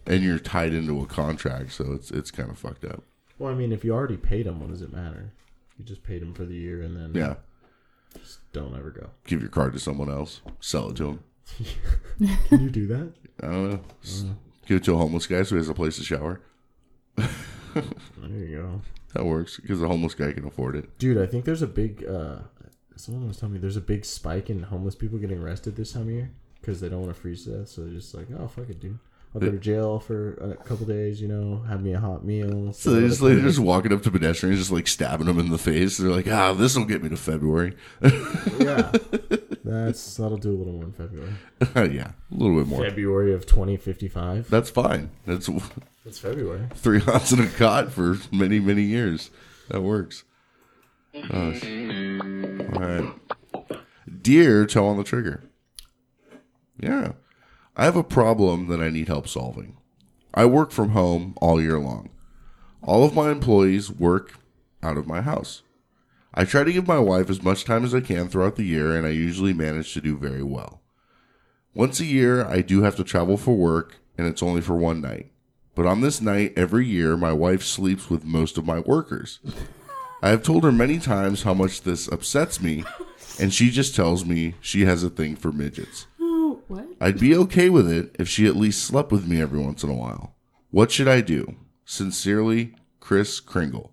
[SPEAKER 4] and you're tied into a contract, so it's it's kind of fucked up.
[SPEAKER 6] Well, I mean, if you already paid them, what does it matter? You just paid them for the year, and then
[SPEAKER 4] Yeah.
[SPEAKER 6] just don't ever go.
[SPEAKER 4] Give your card to someone else, sell it to them.
[SPEAKER 6] Can you do that?
[SPEAKER 4] I don't know. S- Give it to a homeless guy so he has a place to shower.
[SPEAKER 6] There you go,
[SPEAKER 4] That works because the homeless guy can afford it.
[SPEAKER 6] dude. I think there's a big. uh Someone was telling me there's a big spike in homeless people getting arrested this time of year because they don't want to freeze to death, so they're just like, oh fuck it, dude. I'll go to jail for a couple days, you know, have me a hot meal.
[SPEAKER 4] So they just like, they're just walking up to pedestrians, just like stabbing them in the face. They're like, ah, this will get me to February.
[SPEAKER 6] yeah, that's that'll do a little more in February.
[SPEAKER 4] yeah, a little bit more.
[SPEAKER 6] February of 2055.
[SPEAKER 4] That's fine. That's
[SPEAKER 6] That's February.
[SPEAKER 4] three hots in a cot for many many years. That works. Oh, sh- All right. Dear toe on the trigger. Yeah, I have a problem that I need help solving. I work from home all year long. All of my employees work out of my house. I try to give my wife as much time as I can throughout the year, and I usually manage to do very well. Once a year, I do have to travel for work, and it's only for one night. But on this night every year, my wife sleeps with most of my workers. I have told her many times how much this upsets me, and she just tells me she has a thing for midgets.
[SPEAKER 5] Oh, what?
[SPEAKER 4] I'd be okay with it if she at least slept with me every once in a while. What should I do? Sincerely, Chris Kringle.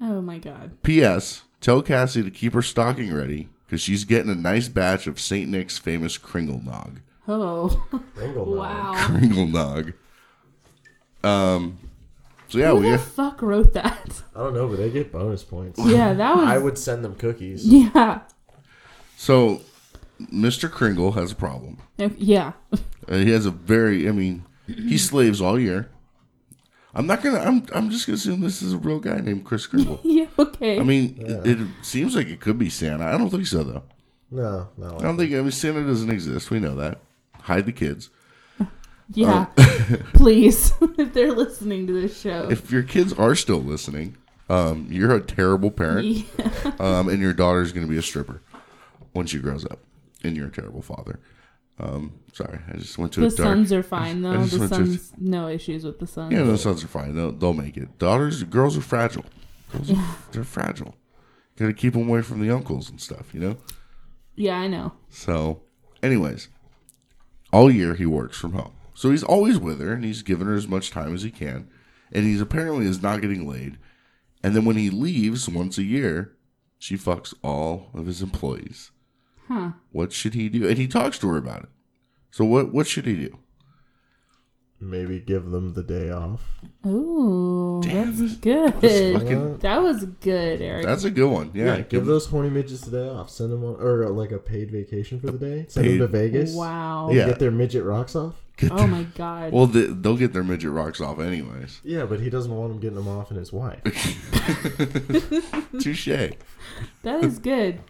[SPEAKER 5] Oh my god.
[SPEAKER 4] P.S. Tell Cassie to keep her stocking ready because she's getting a nice batch of St. Nick's famous Kringle Nog.
[SPEAKER 5] Oh.
[SPEAKER 6] Kringle
[SPEAKER 5] wow.
[SPEAKER 4] Kringle Nog. Um, so yeah,
[SPEAKER 5] Who
[SPEAKER 4] we
[SPEAKER 5] the fuck wrote that?
[SPEAKER 6] I don't know, but they get bonus points.
[SPEAKER 5] Yeah, that was-
[SPEAKER 6] I would send them cookies.
[SPEAKER 5] Yeah.
[SPEAKER 4] so Mr. Kringle has a problem.
[SPEAKER 5] No, Yeah.
[SPEAKER 4] Uh, he has a very, I mean, he slaves all year. I'm not gonna. I'm. I'm just gonna assume this is a real guy named Chris Kringle.
[SPEAKER 5] Yeah. Okay.
[SPEAKER 4] I mean, it, it seems like it could be Santa. I don't think so though.
[SPEAKER 6] No, no.
[SPEAKER 4] I don't think. I mean, Santa doesn't exist. We know that. Hide the kids.
[SPEAKER 5] yeah.
[SPEAKER 4] Um,
[SPEAKER 5] Please, if they're listening to this show,
[SPEAKER 4] if your kids are still listening, um, you're a terrible parent,
[SPEAKER 5] Yeah.
[SPEAKER 4] um, and your daughter's going to be a stripper when she grows up, and you're a terrible father. Um, sorry, I just went to
[SPEAKER 5] the
[SPEAKER 4] a dark.
[SPEAKER 5] sons are fine
[SPEAKER 4] I
[SPEAKER 5] though.
[SPEAKER 4] just
[SPEAKER 5] The
[SPEAKER 4] went to-
[SPEAKER 5] sons, no issues with the sons.
[SPEAKER 4] yeah, no, sons are fine. They'll, they'll make it. Daughters, girls are fragile. Girls are, they're fragile. Got to keep them away from the uncles and stuff, you know.
[SPEAKER 5] Yeah, I know.
[SPEAKER 4] So, anyways, all year he works from home. So he's always with her and he's giving her as much time as he can. And he's apparently is not getting laid. And then when he leaves once a year, she fucks all of his employees.
[SPEAKER 5] Huh.
[SPEAKER 4] What should he do? And he talks to her about it. So what what should he do?
[SPEAKER 6] Maybe give them the day off.
[SPEAKER 5] Ooh, that's
[SPEAKER 4] That's
[SPEAKER 5] good.
[SPEAKER 4] fucking-
[SPEAKER 5] that was good, Eric.
[SPEAKER 4] That's a good one. Yeah.
[SPEAKER 6] give those horny midgets the day off. Send them on, or uh, like a paid vacation for the day. Send them
[SPEAKER 4] paid-
[SPEAKER 6] to Vegas.
[SPEAKER 5] Wow.
[SPEAKER 6] They
[SPEAKER 4] Yeah.
[SPEAKER 6] Get their midget rocks off.
[SPEAKER 5] Oh my god.
[SPEAKER 4] Well, they, they'll get their midget rocks off anyways.
[SPEAKER 6] Yeah, but he doesn't want them getting them off and his wife.
[SPEAKER 4] Touche.
[SPEAKER 5] that is good.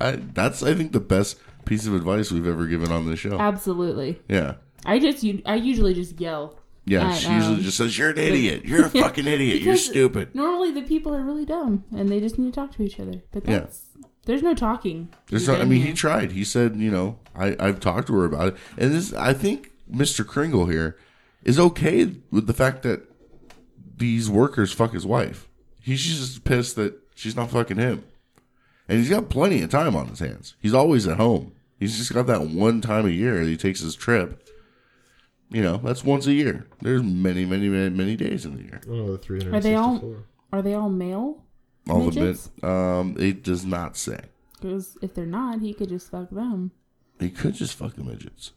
[SPEAKER 4] I, that's I think the best piece of advice we've ever given on this show.
[SPEAKER 5] Absolutely.
[SPEAKER 4] Yeah.
[SPEAKER 5] I just, u- I usually just yell.
[SPEAKER 4] Yeah,
[SPEAKER 5] at,
[SPEAKER 4] she usually
[SPEAKER 5] um,
[SPEAKER 4] just says, "You're an
[SPEAKER 5] the-
[SPEAKER 4] idiot. You're a
[SPEAKER 5] Yeah,
[SPEAKER 4] fucking idiot. You're
[SPEAKER 5] because
[SPEAKER 4] stupid."
[SPEAKER 5] Normally, the people are really dumb, and they just need to talk to each other. But
[SPEAKER 4] Yeah.
[SPEAKER 5] that's there's no talking.
[SPEAKER 4] There's
[SPEAKER 5] You're
[SPEAKER 4] not, I
[SPEAKER 5] done
[SPEAKER 4] mean,
[SPEAKER 5] here.
[SPEAKER 4] he tried. He said, you know, I, I've talked to her about it. And this, I think Mr. Kringle here is okay with the fact that these workers fuck his wife. He's just pissed that She's not fucking him. And he's got plenty of time on his hands. He's always at home. He's just got that one time a year that he takes his trip. You know, that's once a year. There's many, many, many, many days in the year.
[SPEAKER 6] Oh, the 300.
[SPEAKER 5] Are they all are they all male?
[SPEAKER 4] I'll admit,
[SPEAKER 5] midgets?
[SPEAKER 4] um, it does not say.
[SPEAKER 5] 'Cause if they're not, he could just fuck them.
[SPEAKER 4] He could just fuck the midgets.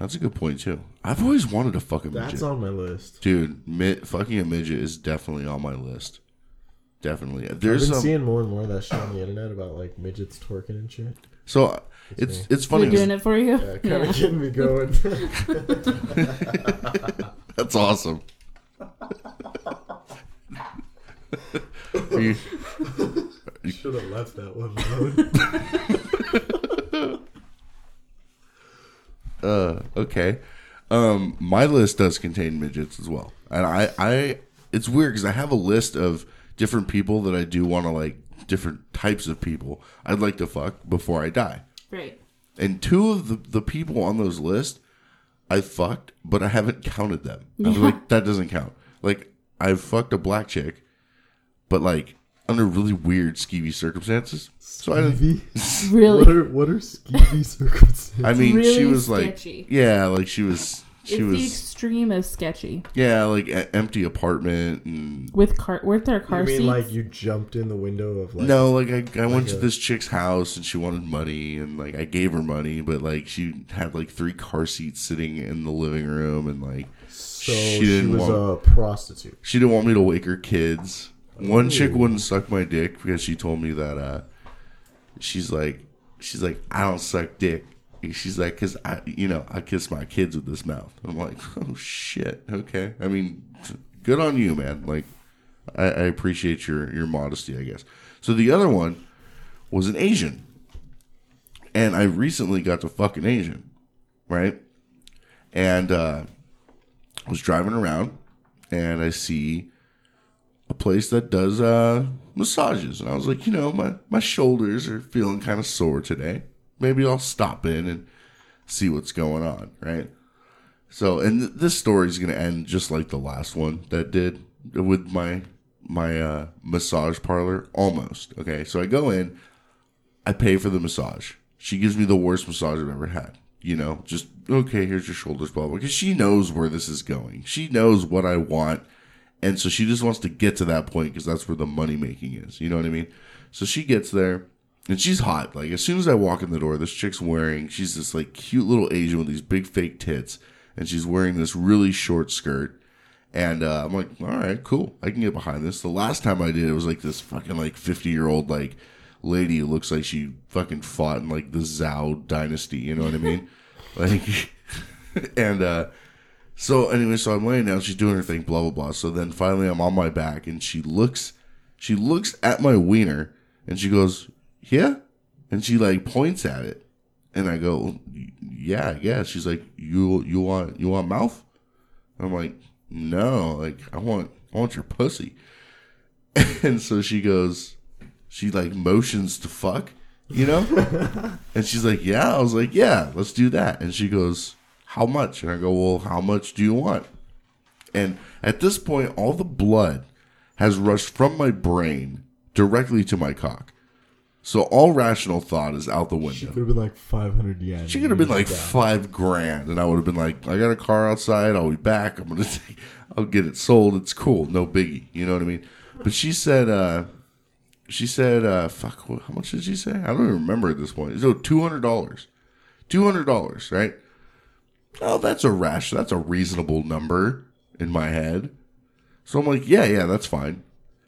[SPEAKER 4] That's a good point too. I've always wanted to fuck a midget.
[SPEAKER 6] That's on my list.
[SPEAKER 4] dude. Mid- fucking a midget is definitely on my list. Definitely.
[SPEAKER 6] I've
[SPEAKER 4] There's
[SPEAKER 6] been
[SPEAKER 4] some.
[SPEAKER 6] seeing more and more of that shit on the internet about like midgets twerking and shit.
[SPEAKER 4] so uh, it's it's, funny.
[SPEAKER 5] We're doing it for you.
[SPEAKER 6] Yeah, kind of getting me going.
[SPEAKER 4] That's awesome. Are you-
[SPEAKER 6] Should have left that one alone.
[SPEAKER 4] uh, okay. Um, my list does contain midgets as well, and I, I, it's weird because I have a list of different people that I do want to like, different types of people I'd like to fuck before I die.
[SPEAKER 5] Right.
[SPEAKER 4] And two of the, the people on those list, I fucked, but I haven't counted them. I'm
[SPEAKER 5] Yeah.
[SPEAKER 4] like, that doesn't count. Like, I've fucked a black chick, but like under really weird, skeevy circumstances. So I didn't.
[SPEAKER 5] Really?
[SPEAKER 6] What are what are skeevy circumstances?
[SPEAKER 4] I mean, she
[SPEAKER 5] Really
[SPEAKER 4] was
[SPEAKER 5] sketchy.
[SPEAKER 4] like, yeah, like she was, she
[SPEAKER 5] it's the
[SPEAKER 4] was,
[SPEAKER 5] extreme of sketchy
[SPEAKER 4] yeah, like an empty apartment and
[SPEAKER 5] with car with their car
[SPEAKER 6] you mean
[SPEAKER 5] seats.
[SPEAKER 6] like you jumped in the window of like
[SPEAKER 4] no, like I, I went
[SPEAKER 6] like
[SPEAKER 4] to
[SPEAKER 6] a-
[SPEAKER 4] this chick's house and she wanted money and like I gave her money, but like she had like three car seats sitting in the living room and like
[SPEAKER 6] so she, was a prostitute.
[SPEAKER 4] She didn't want me to wake her kids. One chick wouldn't suck my dick because she told me that uh, she's like, she's like, I don't suck dick. She's like, cause I, you know, I kiss my kids with this mouth. I'm like, oh shit, okay. I mean, good on you, man. Like, I, I appreciate your your modesty, I guess. So the other one was an Asian, and I recently got to fuck an Asian, right? And uh, I was driving around and I see a place that does uh, massages. And I was like, you know, my, my shoulders are feeling kind of sore today. Maybe I'll stop in and see what's going on, right? So, and th- this story is going to end just like the last one that did with my my uh, massage parlor almost. Okay, so I go in, I pay for the massage. She gives me the worst massage I've ever had. You know, just okay. Here's your shoulders, blah blah. Because she knows where this is going. She knows what I want, and so she just wants to get to that point because that's where the money making is. You know what I mean? So she gets there, and she's hot. Like as soon as I walk in the door, this chick's wearing. She's this like cute little Asian with these big fake tits, and she's wearing this really short skirt. And uh, I'm like, all right, cool. I can get behind this. The last time I did, it was like this fucking like 50 year old like lady who looks like she fucking fought in like the Zhao dynasty. You know what I mean? like, and uh, so anyway, so I'm laying down. She's doing her thing, blah blah blah. So then finally, I'm on my back, and she looks, she looks at my wiener, and she goes, yeah, and she like points at it, and I go, yeah, I guess. She's like, you you want you want mouth? I'm like, no, like I want I want your pussy. And so she goes, she like motions to fuck, you know? and she's like, Yeah. I was like, Yeah, let's do that. And she goes, How much? And I go, Well, how much do you want? And at this point, all the blood has rushed from my brain directly to my cock. So all rational thought is out the window.
[SPEAKER 6] She could have been like five hundred yen.
[SPEAKER 4] She could have been like
[SPEAKER 6] Yeah.
[SPEAKER 4] five grand, and I would have been like, I got a car outside. I'll be back. I'm gonna, take, I'll get it sold. It's cool, no biggie. You know what I mean? But she said, uh, she said, uh, fuck, wh- how much did she say? I don't even remember at this point. So two hundred dollars, two hundred dollars, right? Oh, that's a rash. That's a reasonable number in my head. So I'm like, yeah, yeah, that's fine.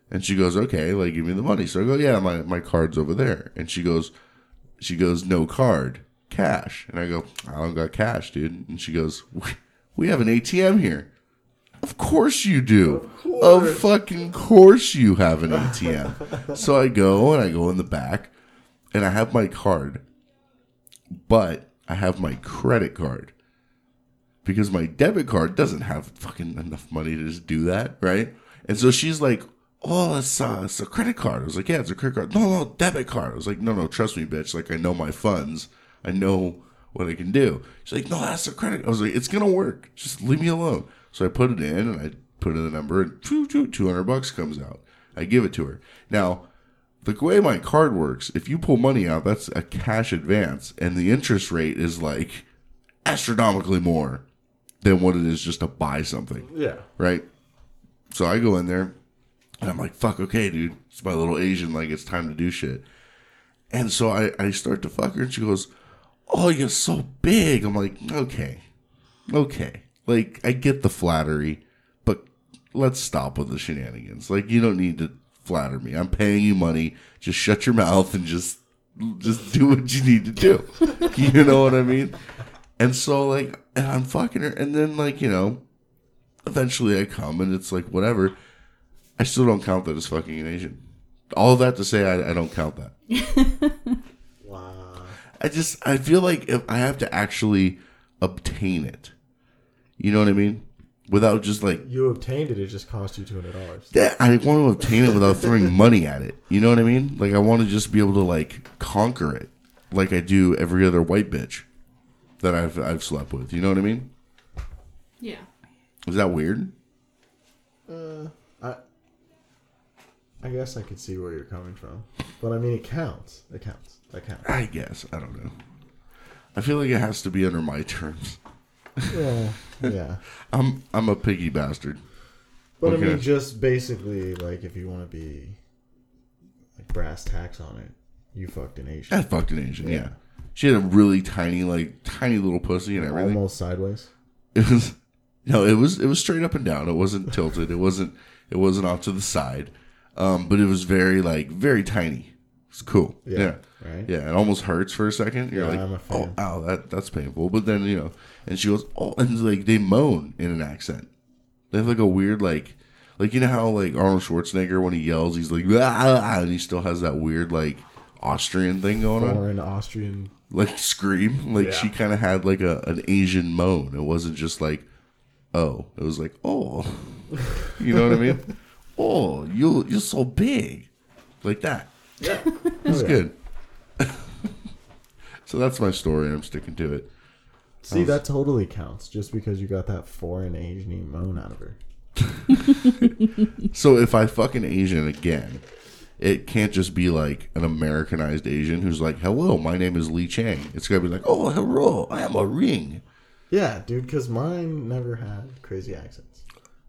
[SPEAKER 4] And she goes, okay, like give me the money. So I go, yeah, my, my card's over there. And she goes, she goes, no card, cash. And I go, I don't got cash, dude. And she goes, we, we have an ATM here. Of course you do. Of, fucking course you have an ATM. so I go and I go in the back and I have my card, but I have my credit card because my debit card doesn't have fucking enough money to just do that, right? And so she's like, "Oh, it's a, it's a credit card." I was like, "Yeah, it's a credit card." No, no, debit card. I was like, "No, no, trust me, bitch. Like, I know my funds. I know what I can do." She's like, "No, that's a credit." I was like, "It's gonna work. Just leave me alone." So I put it in and I put in the number, and two two two hundred bucks comes out. I give it to her. Now, The way my card works, if you pull money out, that's a cash advance, and the interest rate is like astronomically more than what it is just to buy something.
[SPEAKER 6] Yeah.
[SPEAKER 4] Right? So I go in there and I'm like, fuck, okay, dude. It's my little Asian, like it's time to do shit. And so I, I start to fuck her and she goes, Oh, you're so big. I'm like, okay. Okay. Like, I get the flattery, but let's stop with the shenanigans. Like, you don't need to flatter me. I'm paying you money. Just shut your mouth and just just do what you need to do. you know what I mean? And so like and I'm fucking her and then like, you know, eventually I come and it's like whatever. I still don't count that as fucking an Asian. All of that to say I, I don't count that. I just I feel like if I have to actually obtain it. You know what I mean? Without just like
[SPEAKER 6] You obtained it. It just cost you two hundred dollars.
[SPEAKER 4] yeah, I want to obtain it without throwing money at it. You know what I mean? Like I want to just be able to like conquer it, like I do every other white bitch that I've I've slept with. You know what I mean?
[SPEAKER 5] Yeah.
[SPEAKER 4] Is that weird?
[SPEAKER 6] Uh, I, I guess I could see where you're coming from, but I mean, it counts. It counts. That counts.
[SPEAKER 4] I guess I don't know. I feel like it has to be under my terms.
[SPEAKER 6] Yeah, yeah.
[SPEAKER 4] I'm I'm a piggy bastard.
[SPEAKER 6] But
[SPEAKER 4] Okay.
[SPEAKER 6] I mean, just basically, like, if you want to be like brass tacks on it, you fucked an Asian.
[SPEAKER 4] I fucked an Asian. Yeah. she had a really tiny, like tiny little pussy and everything.
[SPEAKER 6] Almost sideways.
[SPEAKER 4] It was no, it was it was straight up and down. It wasn't tilted. It wasn't it wasn't off to the side. Um, but it was very like very tiny. It's cool.
[SPEAKER 6] Yeah,
[SPEAKER 4] Yeah.
[SPEAKER 6] right.
[SPEAKER 4] Yeah. It almost hurts for a second. You're
[SPEAKER 6] Yeah,
[SPEAKER 4] like,
[SPEAKER 6] I'm a
[SPEAKER 4] oh, ow, that that's painful. But then you know, and she goes, oh, and like they moan in an accent. They have like a weird like. Like you know how like Arnold Schwarzenegger when he yells he's like ah, and he still has that weird like Austrian thing going on
[SPEAKER 6] Foreign Austrian.
[SPEAKER 4] like scream. Like she kind of had like a an Asian moan. It wasn't just like oh. It was like oh. you know what I mean? Oh, you you're so big, like that.
[SPEAKER 6] Yeah,
[SPEAKER 4] It's good. so that's my story, and I'm sticking to it.
[SPEAKER 6] See,
[SPEAKER 4] Um,
[SPEAKER 6] that totally counts, just because you got that foreign Asian moan out of her.
[SPEAKER 4] So if I fuck an Asian again, it can't just be like an Americanized Asian who's like, "Hello, my name is Lee Chang." It's gotta be like, "Oh, hello, I am a ring."
[SPEAKER 6] Yeah, dude, because mine never had crazy accents.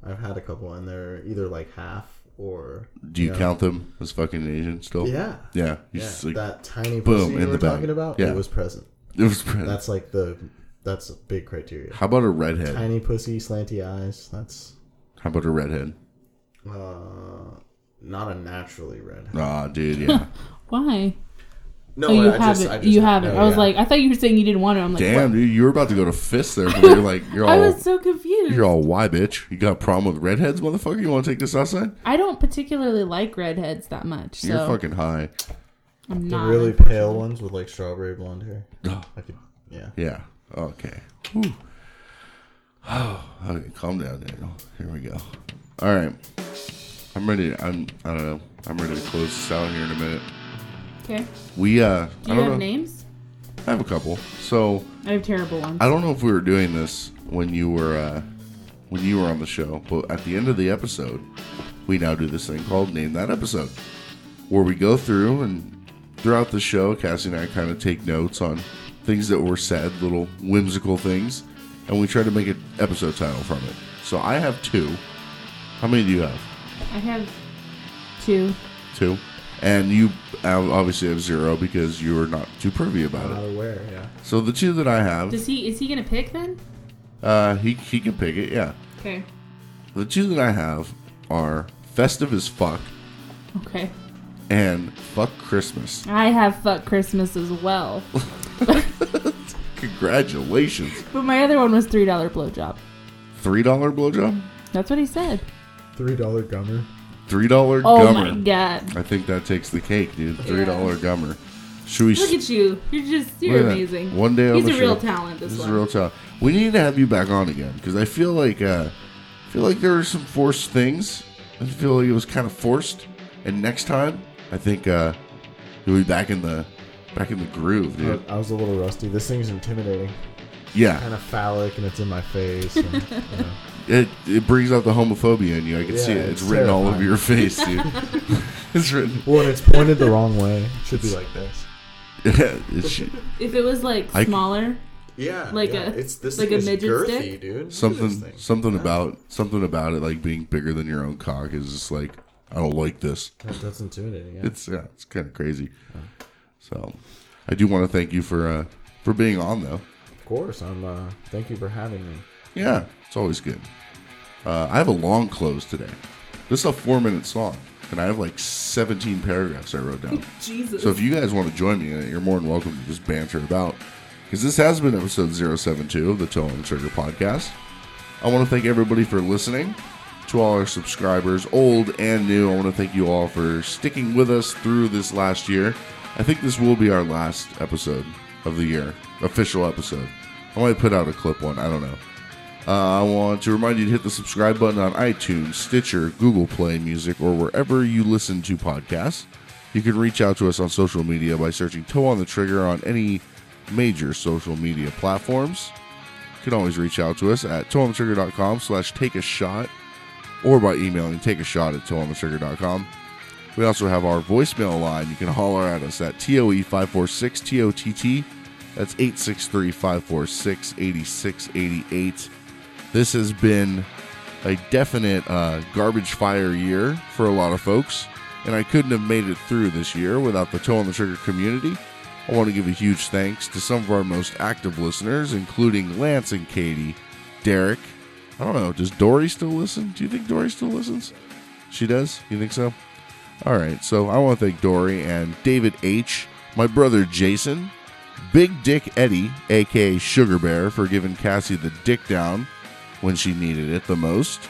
[SPEAKER 6] I've had a couple, and they're either like half or.
[SPEAKER 4] Do you
[SPEAKER 6] know,
[SPEAKER 4] count them as fucking Asian still?
[SPEAKER 6] Yeah.
[SPEAKER 4] Yeah.
[SPEAKER 6] Yeah.
[SPEAKER 4] He's just like,
[SPEAKER 6] that tiny boom you were
[SPEAKER 4] bag.
[SPEAKER 6] talking about.
[SPEAKER 4] Yeah.
[SPEAKER 6] It was present.
[SPEAKER 4] It was present.
[SPEAKER 6] That's like the. That's a big criteria.
[SPEAKER 4] How about a redhead?
[SPEAKER 6] Tiny pussy, slanty eyes. That's
[SPEAKER 4] How about a redhead?
[SPEAKER 6] uh, not a naturally red.
[SPEAKER 4] Ah, dude, yeah.
[SPEAKER 5] Why?
[SPEAKER 6] No,
[SPEAKER 5] Oh, you
[SPEAKER 6] I
[SPEAKER 5] have
[SPEAKER 6] just-
[SPEAKER 5] it.
[SPEAKER 6] I just
[SPEAKER 5] you have
[SPEAKER 6] have-
[SPEAKER 5] it.
[SPEAKER 6] no,
[SPEAKER 5] I was
[SPEAKER 6] yeah.
[SPEAKER 5] like, I thought you were saying you didn't want it. I'm like,
[SPEAKER 4] Damn,
[SPEAKER 5] what?
[SPEAKER 4] dude, you were about to go to fist there, but you're like, you're
[SPEAKER 5] I
[SPEAKER 4] all,
[SPEAKER 5] was so confused.
[SPEAKER 4] you're all, why, bitch? You got a problem with redheads, motherfucker? You want to take this outside?
[SPEAKER 5] I don't particularly like redheads that much, so
[SPEAKER 4] You're fucking high.
[SPEAKER 5] I'm
[SPEAKER 6] The
[SPEAKER 5] not.
[SPEAKER 6] really pale ones with like strawberry blonde hair. I could, yeah.
[SPEAKER 4] Yeah. Okay. okay, calm down, Daniel. Here we go. All right. I'm ready. I'm. I don't know. I'm ready to close this out here in a minute.
[SPEAKER 5] Okay.
[SPEAKER 4] We uh. I
[SPEAKER 5] Do you
[SPEAKER 4] don't
[SPEAKER 5] have
[SPEAKER 4] know.
[SPEAKER 5] names?
[SPEAKER 4] I have a couple. So.
[SPEAKER 5] I have terrible ones.
[SPEAKER 4] I don't know if we were doing this when you were uh, when you were on the show, but at the end of the episode, we now do this thing called Name That Episode, where we go through and throughout the show, Cassie and I kind of take notes on things that were said, little whimsical things, and we try to make an episode title from it. So I have two. How many do you have?
[SPEAKER 5] I have two.
[SPEAKER 4] Two. And you uh, obviously have zero because you are not too privy about
[SPEAKER 6] Not
[SPEAKER 4] it.
[SPEAKER 6] aware. Yeah.
[SPEAKER 4] So the two that I have,
[SPEAKER 5] Does he? Is he gonna pick then?
[SPEAKER 4] uh, he he can pick it. Yeah.
[SPEAKER 5] Okay.
[SPEAKER 4] The two that I have are festive as fuck
[SPEAKER 5] Okay.
[SPEAKER 4] and fuck Christmas.
[SPEAKER 5] I have fuck Christmas as well,
[SPEAKER 4] Congratulations.
[SPEAKER 5] but my other one was three dollar blowjob.
[SPEAKER 4] Three dollar blowjob?
[SPEAKER 5] That's what he said.
[SPEAKER 6] Three dollar gummer.
[SPEAKER 4] Three dollar
[SPEAKER 5] Oh my
[SPEAKER 4] gummer.
[SPEAKER 5] God.
[SPEAKER 4] I think that takes the cake, dude. Three dollar gummer. Should we
[SPEAKER 5] Look at you. You're just
[SPEAKER 4] Look
[SPEAKER 5] you're
[SPEAKER 4] at that.
[SPEAKER 5] amazing.
[SPEAKER 4] One day on
[SPEAKER 5] he's
[SPEAKER 4] the
[SPEAKER 5] a real
[SPEAKER 4] show.
[SPEAKER 5] talent. This,
[SPEAKER 4] He's
[SPEAKER 5] one.
[SPEAKER 4] a real talent. We need to have you back on again because I feel like uh, I feel like there were some forced things. I feel like it was kind of forced. And next time, I think uh, you'll be back in the back in the groove, dude.
[SPEAKER 6] I, I was a little rusty. This thing's intimidating.
[SPEAKER 4] Yeah.
[SPEAKER 6] Kind of phallic, and it's in my face. And, you know.
[SPEAKER 4] It, it brings out the homophobia in you. I can see
[SPEAKER 6] Yeah,
[SPEAKER 4] it. It's,
[SPEAKER 6] it's
[SPEAKER 4] written all over
[SPEAKER 6] terrifying.
[SPEAKER 4] your face, dude. it's written.
[SPEAKER 6] Well, and it's pointed the wrong way. It should be like this.
[SPEAKER 4] It should-
[SPEAKER 5] If it was like
[SPEAKER 4] I c-
[SPEAKER 5] smaller,
[SPEAKER 6] Yeah,
[SPEAKER 5] like a
[SPEAKER 6] yeah. It's- this
[SPEAKER 5] like
[SPEAKER 6] thing
[SPEAKER 5] a
[SPEAKER 6] is
[SPEAKER 5] midget
[SPEAKER 6] girthy,
[SPEAKER 5] stick.
[SPEAKER 6] dude. Look at this
[SPEAKER 4] something
[SPEAKER 6] thing.
[SPEAKER 4] something about something about it like being bigger than your own cock is just like I don't like this.
[SPEAKER 6] That- that's intimidating, yeah.
[SPEAKER 4] It's yeah, it's kind of crazy. So, I do want to thank you for uh, for being on though.
[SPEAKER 6] Of course, I'm. Uh, thank you for having me.
[SPEAKER 4] Yeah, it's always good. Uh, I have a long close today. This is a four minute song, and I have like 17 paragraphs I wrote down.
[SPEAKER 5] Jesus.
[SPEAKER 4] So if you guys want to join me in it, you're more than welcome to just banter about. Because this has been episode 072 of the Toe and Trigger podcast. I want to thank everybody for listening. To all our subscribers, old and new, I want to thank you all for sticking with us through this last year. I think this will be our last episode of the year, official episode. I might put out a clip one, I don't know. Uh, I want to remind you to hit the subscribe button on iTunes, Stitcher, Google Play Music, or wherever you listen to podcasts. You can reach out to us on social media by searching Toe on the Trigger on any major social media platforms. You can always reach out to us at toeonthetrigger.com slash take a shot or by emailing take a shot at toeonthetrigger.com. We also have our voicemail line. You can holler at us at E TOE 546 TOTT. That's 863 546 8688. This has been a definite uh, garbage fire year for a lot of folks, and I couldn't have made it through this year without the Toe on the Trigger community. I want to give a huge thanks to some of our most active listeners, including Lance and Katie, Derek. I don't know, does Dory still listen? Do you think Dory still listens? She does? You think so? All right, so I want to thank Dory and David H., my brother Jason, Big Dick Eddie, aka Sugar Bear, for giving Cassie the dick down when she needed it the most.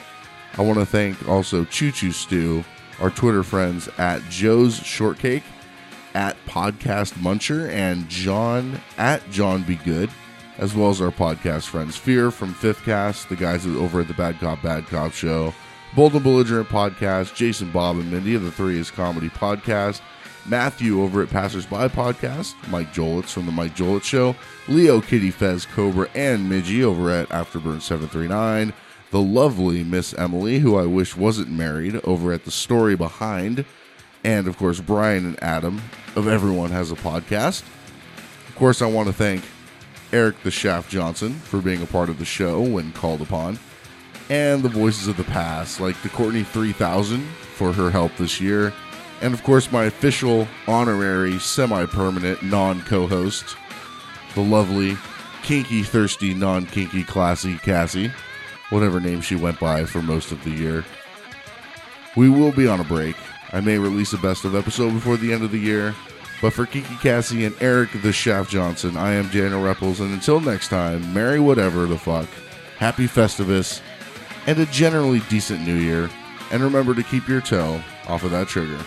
[SPEAKER 4] I want to thank also Choo Choo Stew, our Twitter friends at Joe's Shortcake, at Podcast Muncher, and John at John Be Good, as well as our podcast friends Fear from Fifth Cast, the guys over at the Bad Cop Bad Cop Show, Bold and Belligerent Podcast, Jason, Bob, and Mindy of the Three Is Comedy Podcast, Matthew over at Passersby Podcast, Mike Jolitz from the Mike Jolitz Show, Leo Kitty Fez Cobra, and Midgie over at Afterburn 739, the lovely Miss Emily, who I wish wasn't married, over at The Story Behind, and of course, Brian and Adam of Everyone Has a Podcast. Of course, I want to thank Eric the Shaft Johnson for being a part of the show when called upon, and the voices of the past, like the Courtney 3000 for her help this year, and of course, my official, honorary, semi permanent non co host, the lovely, kinky, thirsty, non kinky, classy Cassie, whatever name she went by for most of the year. We will be on a break. I may release a best of episode before the end of the year. But for Kiki Cassie and Eric the Shaft Johnson, I am Daniel Repples, and until next time, merry whatever the fuck, happy Festivus, and a generally decent new year. And remember to keep your toe off of that trigger.